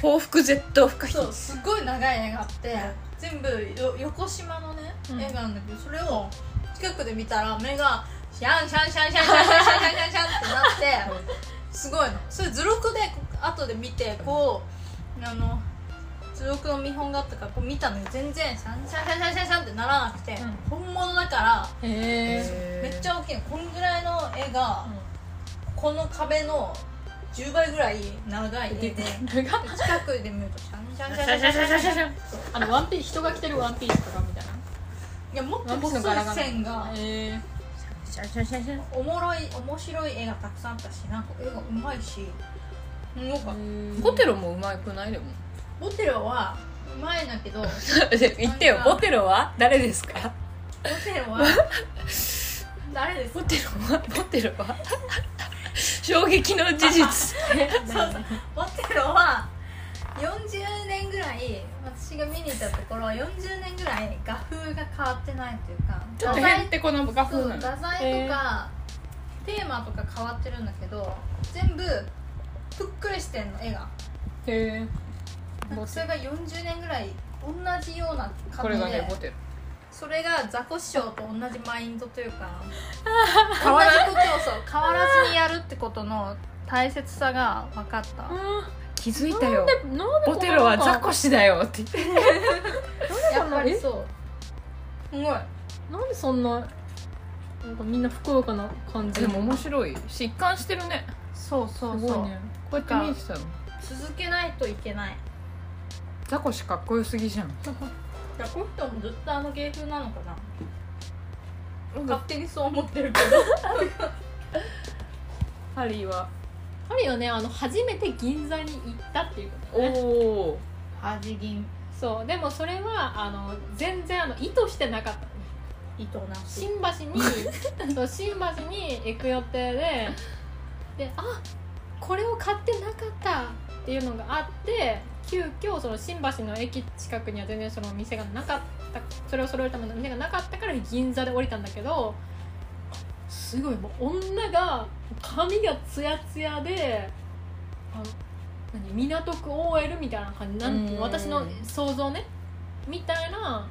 Speaker 4: 報復絶倒不可避
Speaker 1: そうすごい長い絵があって全部よ横島のね、
Speaker 3: うん
Speaker 1: 絵があるんだけどそれを近くで見たら目がシャンシャンシャンシャンシャンシャンシャンシャンシャンシャンってなってすごいのそれ図録で後で見てこうあの図録の見本があったからこう見たのに全然シャンシャンシャンシャンシャンシャンってならなくて、本物だから
Speaker 4: へ
Speaker 1: めっちゃ大きいのこんぐらいの絵が、この壁の10倍ぐらい長い絵で近くで見るとシャンシャンシャンシャンシャンシャンシャン
Speaker 3: あのワンピース人が着てるワンピースとかみたいない
Speaker 1: やもっと細 (laughs) い線が
Speaker 3: えー
Speaker 1: おもろい面白い絵がたくさんあったしなんか絵がうまいしなんか
Speaker 4: ボテロもうまくないでも
Speaker 1: ボテロはうまいんだ (laughs) けどボ
Speaker 4: 言ってよボテロは誰ですか
Speaker 1: テロは誰ですか
Speaker 4: ボテロはボテロは衝撃の事実
Speaker 1: そうそうボテロは40年ぐらい私が見に行ったところ40年ぐらい画風が変わってないというか
Speaker 4: (laughs) ちょっとへんてこの画
Speaker 1: そう
Speaker 4: 風なの
Speaker 1: 画材とか、テーマとか変わってるんだけど全部ぷっくりしてんの絵が
Speaker 4: へー
Speaker 1: なんかそれが40年ぐらい同じような
Speaker 4: こ
Speaker 1: 感
Speaker 4: れ
Speaker 1: じ
Speaker 4: が
Speaker 1: で、
Speaker 4: ねボテロ
Speaker 1: それがザコシショウと同じマインドという (laughs) か
Speaker 4: 変わら
Speaker 1: 同じことをそう変わらずにやるってことの大切さが分かった
Speaker 4: 気づいた
Speaker 3: な
Speaker 4: よ
Speaker 3: んでなんで
Speaker 4: ボテロはザコシだよって言って
Speaker 1: やっぱり
Speaker 3: え
Speaker 1: そうすごい
Speaker 3: なんでそんななんかみんな福岡な感じ
Speaker 4: でも面白いし一貫してるね
Speaker 1: そうそう
Speaker 3: す
Speaker 1: そ、
Speaker 3: ごいうね
Speaker 4: こうやって見えてたの
Speaker 1: 続けないといけない
Speaker 4: ザコシかっこよすぎじゃん
Speaker 1: ザコシショウもずっとあの芸風なのかな勝手にそう思ってるけど
Speaker 4: ハリーは
Speaker 3: ハリーはねあの初めて銀座に行ったっていうこと
Speaker 4: お
Speaker 3: ね
Speaker 4: お
Speaker 1: 味銀
Speaker 3: そうでもそれはあの全然あの意図してなかったの
Speaker 1: 糸なし
Speaker 3: 新橋にそう新橋に行く予定でであこれを買ってなかったっていうのがあって急遽その新橋の駅近くには全然その店がなかったそれを揃えるための店がなかったから銀座で降りたんだけどすごいもう女が髪がツヤツヤであの何港区 OL みたいな感じなんていうの
Speaker 4: うん
Speaker 3: 私の想像ねみたいな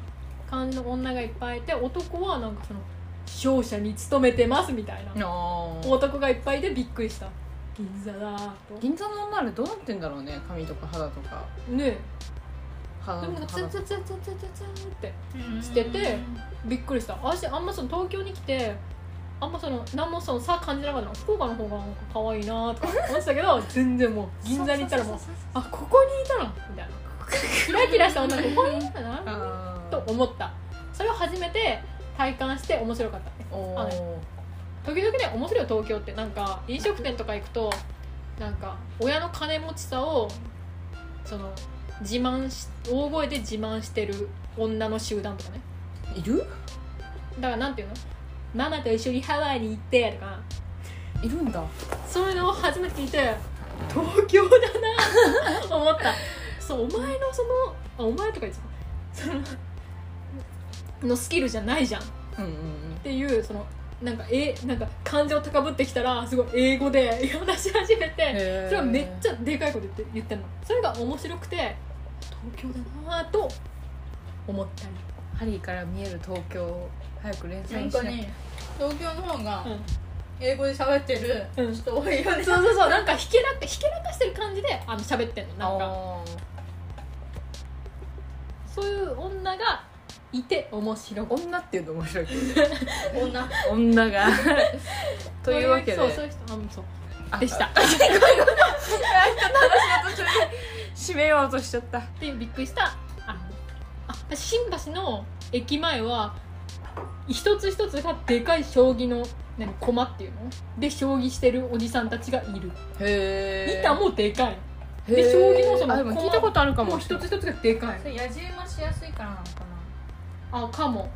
Speaker 3: 感じの女がいっぱいいて男はなんかその商社に勤めてますみたいな
Speaker 4: あー
Speaker 3: 男がいっぱいでびっくりした銀座だーと
Speaker 4: 銀座の女あれどうなってんだろうね髪とか肌とか
Speaker 3: ねえ
Speaker 4: 肌
Speaker 3: でもなん
Speaker 4: と
Speaker 3: か
Speaker 4: か
Speaker 3: ツンツ
Speaker 4: 肌
Speaker 3: ンツンツンツンツンツンってしててびっくりした私あんまその東京に来てあんまその何もその差感じなかったの福岡の方がなんか可愛いなとか思ってたけど全然もう銀座に行ったらもうあここにいたのみたいなキラキラした女ここにいたなと思ったそれを初めて体感して面白かった
Speaker 4: お
Speaker 3: あ
Speaker 4: ー
Speaker 3: 時々ね面白いよ東京ってなんか飲食店とか行くとなんか親の金持ちさをその自慢し大声で自慢してる女の集団とかね
Speaker 4: いる
Speaker 3: だからなんていうのママと一緒にハワイに行ってとか
Speaker 4: いるんだ
Speaker 3: そういうのを初めて聞いて東京だなと思ったそうお前のそのあお前とか言ってたそののスキルじゃないじゃん
Speaker 4: うんうん
Speaker 3: っていうそのなんかえなんか感情高ぶってきたらすごい英語で話し始め
Speaker 4: うん
Speaker 3: て
Speaker 4: へー
Speaker 3: それはめっちゃでかいこと言って言ってんのそれが面白くて東京だなぁと思ったり
Speaker 4: ハリーから見える東京を早く連
Speaker 1: な
Speaker 4: 載
Speaker 1: ん
Speaker 4: しな
Speaker 1: か
Speaker 4: きゃ
Speaker 1: ね東京の方が
Speaker 3: うん
Speaker 1: 英語で喋ってる
Speaker 3: うん
Speaker 1: 人多いよね、
Speaker 3: そうそうそうなんかひけらかひけらかしてる感じであの喋ってんのなんか
Speaker 4: あー
Speaker 3: そういう女がいて面白い
Speaker 4: 女っていうの面 (laughs) 白いけど
Speaker 1: 女
Speaker 4: 女 (laughs) がというわけで
Speaker 3: そうそういう人あそう
Speaker 4: あ
Speaker 3: でしたっ
Speaker 4: 締めようとしちゃった
Speaker 3: ていうびっくりしたあのあ私新橋の駅前は一つ一つがでかい将棋の何駒っていうので将棋してるおじさんたちがいる
Speaker 4: へえ
Speaker 3: 板もでかい
Speaker 4: で
Speaker 3: で将棋のその
Speaker 4: あでも聞いたことあるかも
Speaker 3: もう一つ一つがでかい
Speaker 1: それ野じ馬しやすいからなのか
Speaker 3: あかも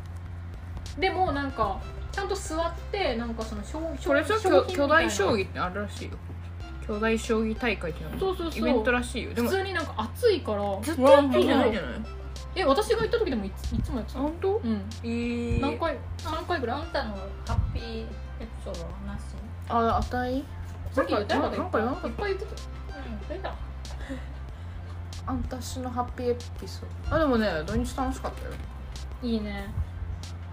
Speaker 3: でもなんかちゃんと座ってなんかその将
Speaker 4: それさ
Speaker 3: 商品みた
Speaker 4: 巨
Speaker 3: い
Speaker 4: 巨
Speaker 3: な
Speaker 4: 大将棋ってあるらしいよ巨大将棋大会っていうの
Speaker 3: そうそうそう
Speaker 4: イベントらしいよで
Speaker 3: 普
Speaker 4: も
Speaker 3: 通になんか暑いから
Speaker 4: ずっとやってんじゃないんじゃない
Speaker 3: え私が行った時でもいついつもやってた
Speaker 4: 本当
Speaker 3: うん
Speaker 4: えー
Speaker 3: 何回3回ぐ
Speaker 1: な
Speaker 3: ら
Speaker 1: あん
Speaker 3: い
Speaker 1: たのハッピーエピソードはなし
Speaker 4: ああたい
Speaker 3: さっき言ったよ
Speaker 4: なんかなんか言わなか
Speaker 3: い
Speaker 4: っ
Speaker 3: っぱい言ってた
Speaker 1: うん
Speaker 3: 出た
Speaker 4: たあんたしのハッピーエピソードあでもね土日楽しかったよ
Speaker 3: いいね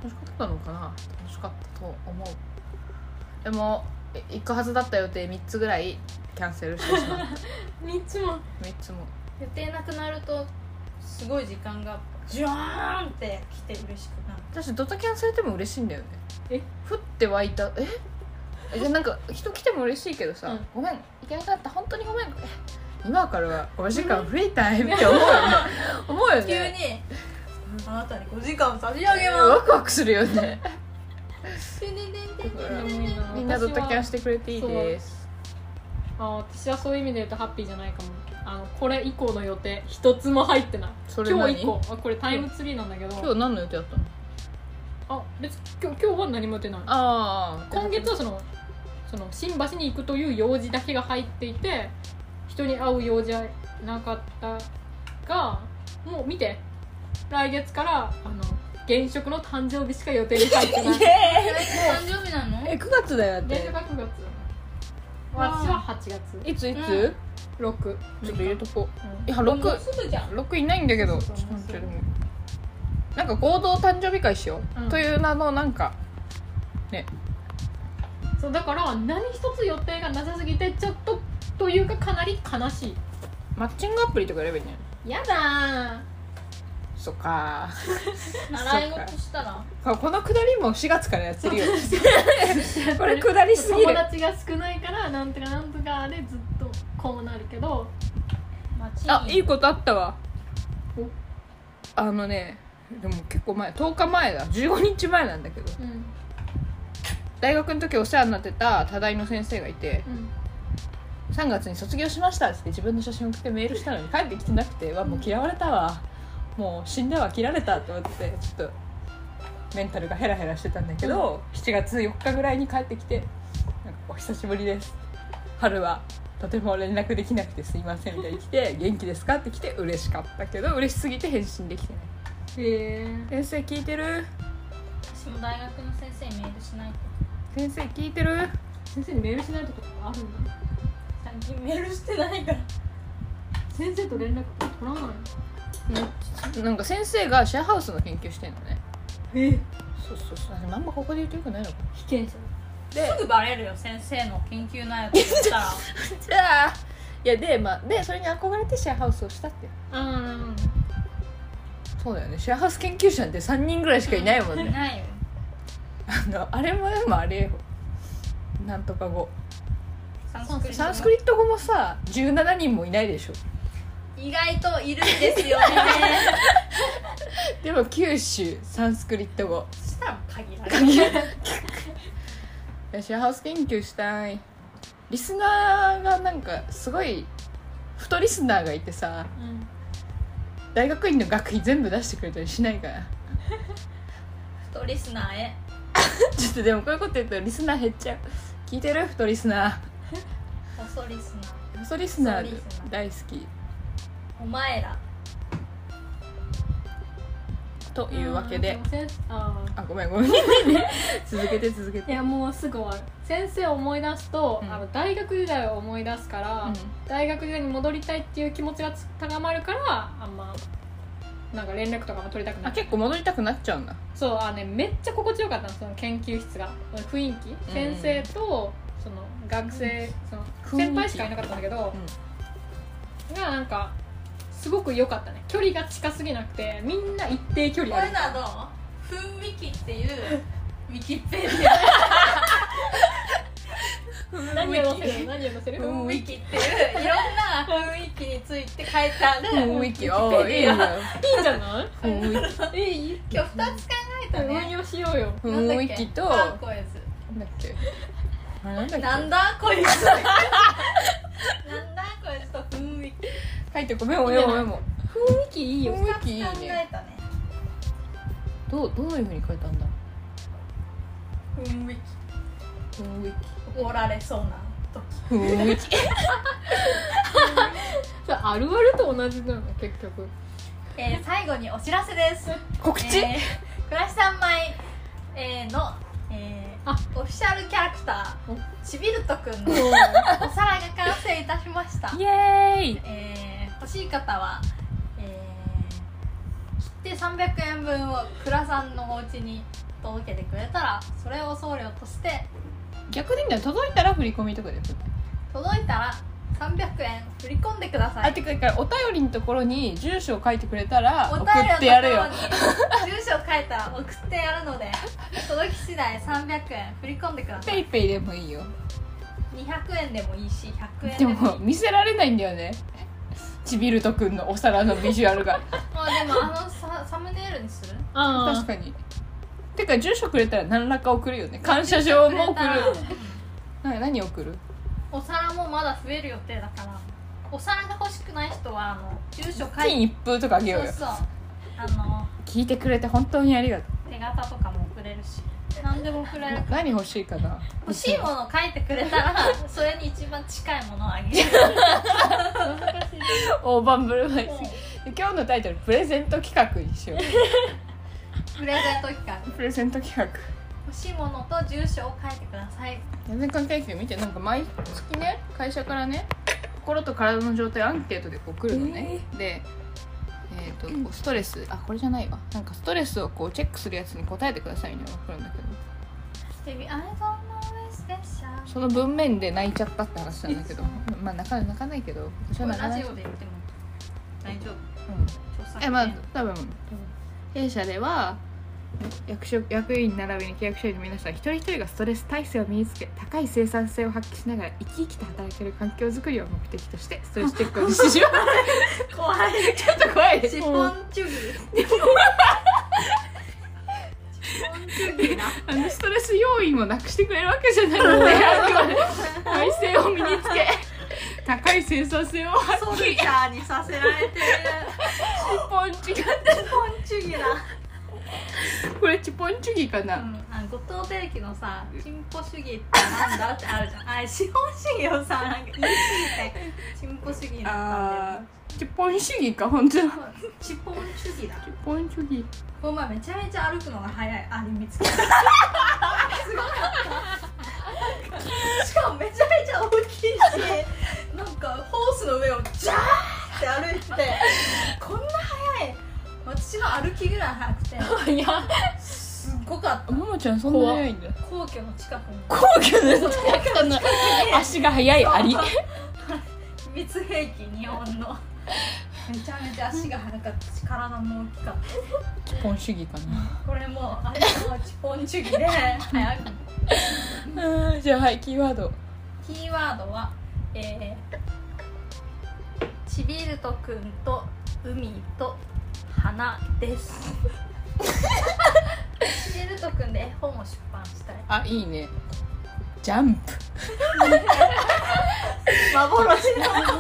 Speaker 4: 楽しかったのかな楽しかったと思うでもえ行くはずだった予定3つぐらいキャンセルしてしまった
Speaker 3: 3つも
Speaker 4: 3つも
Speaker 1: 予定なくなるとすごい時間がジュワーンって来て嬉しくなる
Speaker 4: 私ドタキャンされても嬉しいんだよね
Speaker 3: え
Speaker 4: 降って湧いたええでなんか人来ても嬉しいけどさ、
Speaker 3: うん
Speaker 4: ごめん行けなかった本当にごめんえ今からは5時間増えたいって思うよね (laughs) 思うよ
Speaker 1: 急
Speaker 4: ね
Speaker 1: にあなたに5時間差し上げま
Speaker 4: ワクワクするよね
Speaker 1: すでんでんでんでん
Speaker 3: でもいいな
Speaker 4: みんなドタキャンしてくれていい
Speaker 3: そう
Speaker 4: です
Speaker 3: あ私はそういう意味で言うとハッピーじゃないかもあのこれ以降の予定一つも入ってない
Speaker 4: それ
Speaker 3: 今
Speaker 4: 何
Speaker 3: 日以降あこれタイムツリーなんだけど
Speaker 4: 今日何の予定だった
Speaker 3: あ
Speaker 4: の
Speaker 3: 別に今日今日は何もやってない
Speaker 4: ああ
Speaker 3: 今月はそのその新橋に行くという用事だけが入っていて人に会う用事はなかったがもう見て来月からあの現職の誕生日しか予定に入ってない現
Speaker 1: 誕生日なの
Speaker 4: え9月だよだっ
Speaker 3: 職
Speaker 4: て
Speaker 3: は9月私は8月
Speaker 4: いついつ、
Speaker 1: う
Speaker 3: 6
Speaker 4: ちょっと入れとこ
Speaker 3: うん
Speaker 4: ういや
Speaker 1: もう
Speaker 4: 6
Speaker 1: すぐじゃん
Speaker 4: 6いないんだけど
Speaker 3: そう
Speaker 4: ち
Speaker 3: そ
Speaker 4: ょ
Speaker 3: う
Speaker 4: っと待ってでもなんか合同誕生日会しよう、
Speaker 3: うん
Speaker 4: という名のなんか
Speaker 3: そうだから何一つ予定がなさすぎてちょっとというかかなり悲しい
Speaker 4: マッチングアプリとかやればいいんじゃない
Speaker 3: やだ
Speaker 4: そっか (laughs)
Speaker 1: 習い事したら
Speaker 4: ここのくだりも4月からや
Speaker 3: (laughs)
Speaker 4: ってるよ
Speaker 3: ー
Speaker 4: これくだりすぎ
Speaker 3: 友
Speaker 4: る
Speaker 3: 達が少ないからなんとかなんとかでずっとこうなるけど
Speaker 1: 街
Speaker 4: あいい
Speaker 1: こ
Speaker 4: ことあったわ
Speaker 3: お
Speaker 4: あのねでも結構前10日前だ15日前なんだけど
Speaker 3: うん
Speaker 4: 大学の時お世話になってた多大の先生がいて
Speaker 3: うん
Speaker 4: 3月に卒業しましたっつって自分の写真送ってメールしたのに帰ってきてなくてわもう嫌われたわもう死んだわ切られたと思ってちょっとメンタルがヘラヘラしてたんだけど、7月4日ぐらいに帰ってきて「なんかお久しぶりです春はとても連絡できなくてすいません」みたいに来て「元気ですか?」って来て嬉しかったけど嬉しすぎて返信できてない
Speaker 3: へえ
Speaker 4: 先生聞いてる
Speaker 1: 私も大学の先生にメールしないと
Speaker 4: 先生聞いてる
Speaker 3: 先生にメールしないとことかあるんだ
Speaker 1: 最近メールしてないから
Speaker 3: 先生と連絡取らないの
Speaker 4: なんか先生がシェアハウスの研究してんのね
Speaker 3: え被
Speaker 4: そうそうそうあんまここで言うとよくないのかな
Speaker 3: 験者
Speaker 1: すぐバレるよ先生の研究内容って言ったら
Speaker 4: じゃあいやで,、まあ、でそれに憧れてシェアハウスをしたって
Speaker 3: あ
Speaker 4: そうだよねシェアハウス研究者なんて3人ぐらいしかいないもんね
Speaker 1: ないよ
Speaker 4: あのあれもでもあれよなんとか語
Speaker 1: サンスクリット
Speaker 4: サンスクリット語もさ17人もいないでしょ
Speaker 1: 意外といるんですよね
Speaker 4: でも九州サンスクリット語
Speaker 1: そしたら限られる
Speaker 4: 私ハウス研究したいリスナーがなんかすごい太リスナーがいてさ
Speaker 1: うん
Speaker 4: 大学院の学費全部出してくれたりしないから
Speaker 1: とリスナーへ
Speaker 4: ちょっとでもこういうこと言うとリスナー減っちゃう聞いてる太リスナ
Speaker 1: 細リスナー
Speaker 4: ー細リスナ
Speaker 1: 細
Speaker 4: ー
Speaker 1: リスナー
Speaker 4: 大好き
Speaker 1: お前ら
Speaker 4: というわけで
Speaker 3: うん先あー
Speaker 4: あごめんご (laughs) めん続けて続け
Speaker 3: い
Speaker 4: て
Speaker 3: やもうすぐ終わる先生を思い出すと、
Speaker 4: うん
Speaker 3: あの大学時代を思い出すから、
Speaker 4: うん
Speaker 3: 大学時代に戻りたいっていう気持ちが高まるからあんまなんか連絡とかも取りたくな
Speaker 4: あ
Speaker 3: い
Speaker 4: 結構戻りたくなっちゃうんだ
Speaker 3: そうあのねめっちゃ心地よかったのその研究室が雰囲気、先生とその学生、その
Speaker 4: 雰囲気
Speaker 3: 先輩しかいなかったんだけど、がなんかすごく良かったね距離が近すぎなくてみんな一定距離
Speaker 1: こ
Speaker 3: あ
Speaker 1: れ
Speaker 3: る
Speaker 1: などうふんみきっていうウィキペデ
Speaker 3: 何を載せる何を載せる
Speaker 1: ィアウィキっていういろんな雰囲気について書いてある
Speaker 4: 雰囲気おーいいよ
Speaker 3: いいんじゃない
Speaker 4: 雰囲
Speaker 3: え (laughs) いい
Speaker 1: 今日2つ考えた
Speaker 3: 運
Speaker 1: ね
Speaker 3: 用しようよ
Speaker 4: 気雰囲気と
Speaker 1: なんだっけパンこい
Speaker 4: な
Speaker 1: つ
Speaker 4: んだっけあれなんだっけ
Speaker 1: なんだこいつなんだこいつと雰囲気
Speaker 4: 書いてごめんおよおよも
Speaker 3: 雰囲気いいよ
Speaker 4: 雰囲気いい
Speaker 1: 考
Speaker 4: ね
Speaker 1: えたね
Speaker 4: どうどういうふうに書いたんだ
Speaker 1: 雰囲
Speaker 4: 雰囲
Speaker 1: 気おられそうな時
Speaker 4: 気雰囲気
Speaker 3: それあるあると同じなの結局
Speaker 1: えー最後にお知らせです
Speaker 4: 告知、
Speaker 1: えー、倉石三枚、えーの、えー
Speaker 3: あ
Speaker 1: オフィシャルキャラクターちびるとくんのお皿が完成いたしました
Speaker 4: イ、エーイ
Speaker 1: えー欲しい方は、えー切って300円分を倉さんのお家に届けてくれたらそれを送料として
Speaker 4: 逆でいいんだよ届いたら振り込みとかで振って
Speaker 1: 届いたら300円振り込んでくださ
Speaker 4: あ
Speaker 1: い
Speaker 4: てかだからお便りのところに住所を書いてくれた
Speaker 1: (laughs)
Speaker 4: ら
Speaker 1: お
Speaker 4: 送
Speaker 1: 便
Speaker 4: って
Speaker 1: りの
Speaker 4: や
Speaker 1: とこ
Speaker 4: るよ
Speaker 1: ろに住所を書いたら送ってやるので届き次第300円振り込んでください
Speaker 4: ペイペイでもいいよ
Speaker 1: 200円でもいいし100円
Speaker 4: で
Speaker 1: でもいい
Speaker 4: も見せられないんだよねちびるとくんのお皿のビジュアル
Speaker 1: (laughs)
Speaker 4: が
Speaker 1: まあでもあのササムネイルにする
Speaker 3: あ
Speaker 4: 確かにてか住所くれたら何らか送るよね感謝状も送るな何送る
Speaker 1: お皿もまだ増える予定だからお皿が欲しくない人はあの住所書い
Speaker 4: 金
Speaker 1: て
Speaker 4: 一封とかあげよ
Speaker 1: そうう
Speaker 4: よ
Speaker 1: そうあの
Speaker 4: 聞いてくれて本当にありがと
Speaker 1: 手形とかも送れるし何でも送れる
Speaker 4: う何欲しい
Speaker 1: (laughs)
Speaker 4: かな
Speaker 1: 欲しいものを書いてくれ (laughs) たらそれに一番近いものをあげ (laughs) る
Speaker 4: 大盤振る舞い今日のタイトルプレゼント企画にし
Speaker 1: (laughs)
Speaker 4: よう
Speaker 1: プレゼント期間
Speaker 4: プレゼント企画
Speaker 1: 欲しいものと住所を書いてください
Speaker 4: 全然関係ないけど見てなんか毎月ね会社からね心と体の状態アンケートでこう来るのね、で、えーとこうストレスあこれじゃないわなんかストレスをこうチェックするやつに答えてくださいみたいなのが来るんだけど
Speaker 1: Baby I don't know it's special
Speaker 4: その文面で泣いちゃったって話なんだけどまあ泣か泣かないけど私
Speaker 1: こ
Speaker 4: は
Speaker 1: れ
Speaker 4: 泣か
Speaker 1: ラジ
Speaker 4: ない、
Speaker 1: オで言っても大丈夫
Speaker 4: うん
Speaker 1: 著作
Speaker 4: え
Speaker 1: 権
Speaker 4: まあ多分弊社では役職役員並びに契約社員の皆さん一人一人がストレス耐性を身につけ高い生産性を発揮しながら生き生きと働ける環境づくりを目的としてストレスチェックを実施しよう
Speaker 1: 怖い
Speaker 4: ちょっと怖 (laughs) い
Speaker 1: チポンチュギーチポンチュギ (laughs) ーな
Speaker 4: あのストレス要因をなくしてくれるわけじ (laughs) ゃないのであくまで耐性を身につけ高い生産性を発
Speaker 1: ソ
Speaker 4: 揮
Speaker 1: ルジャーにさせられてる
Speaker 4: ポンチギ
Speaker 1: チポンチュギーな、
Speaker 4: これチポンチュギか
Speaker 1: う、
Speaker 4: なん
Speaker 1: あの後藤輝樹のさ「チンポ主義ってなんだ?」ってあるじゃ (laughs) んあれ資本主義をさなんか言い過ぎてチンポ主義になったんだよね
Speaker 4: チポン主義か本当だ
Speaker 1: チポン主義だ
Speaker 4: チポン主義
Speaker 1: この前めちゃめちゃ歩くのが早いアニメつけたすごかったしかもめちゃめちゃ大きいしなんかホースの上をジャーって歩いてこんな速い私の歩きぐらい速くて
Speaker 3: いや
Speaker 1: すっごかっ
Speaker 4: ももちゃんそんな早いんだ
Speaker 1: た皇居の近くに
Speaker 4: 皇居 (laughs) の近くの
Speaker 1: (laughs)
Speaker 4: 足が速いアリ
Speaker 1: 秘密兵器日本のめちゃめちゃ足が速かったし体も大きかっ
Speaker 4: 基本主義か
Speaker 1: たこれもうあれも基本主義で早く
Speaker 4: なうんじゃあはいキーワード
Speaker 1: キーワードはえー、ちびるとくんと海と花です (laughs) ちびるとくんで絵本を出版したい
Speaker 4: あいいねジャンプ
Speaker 1: 幻の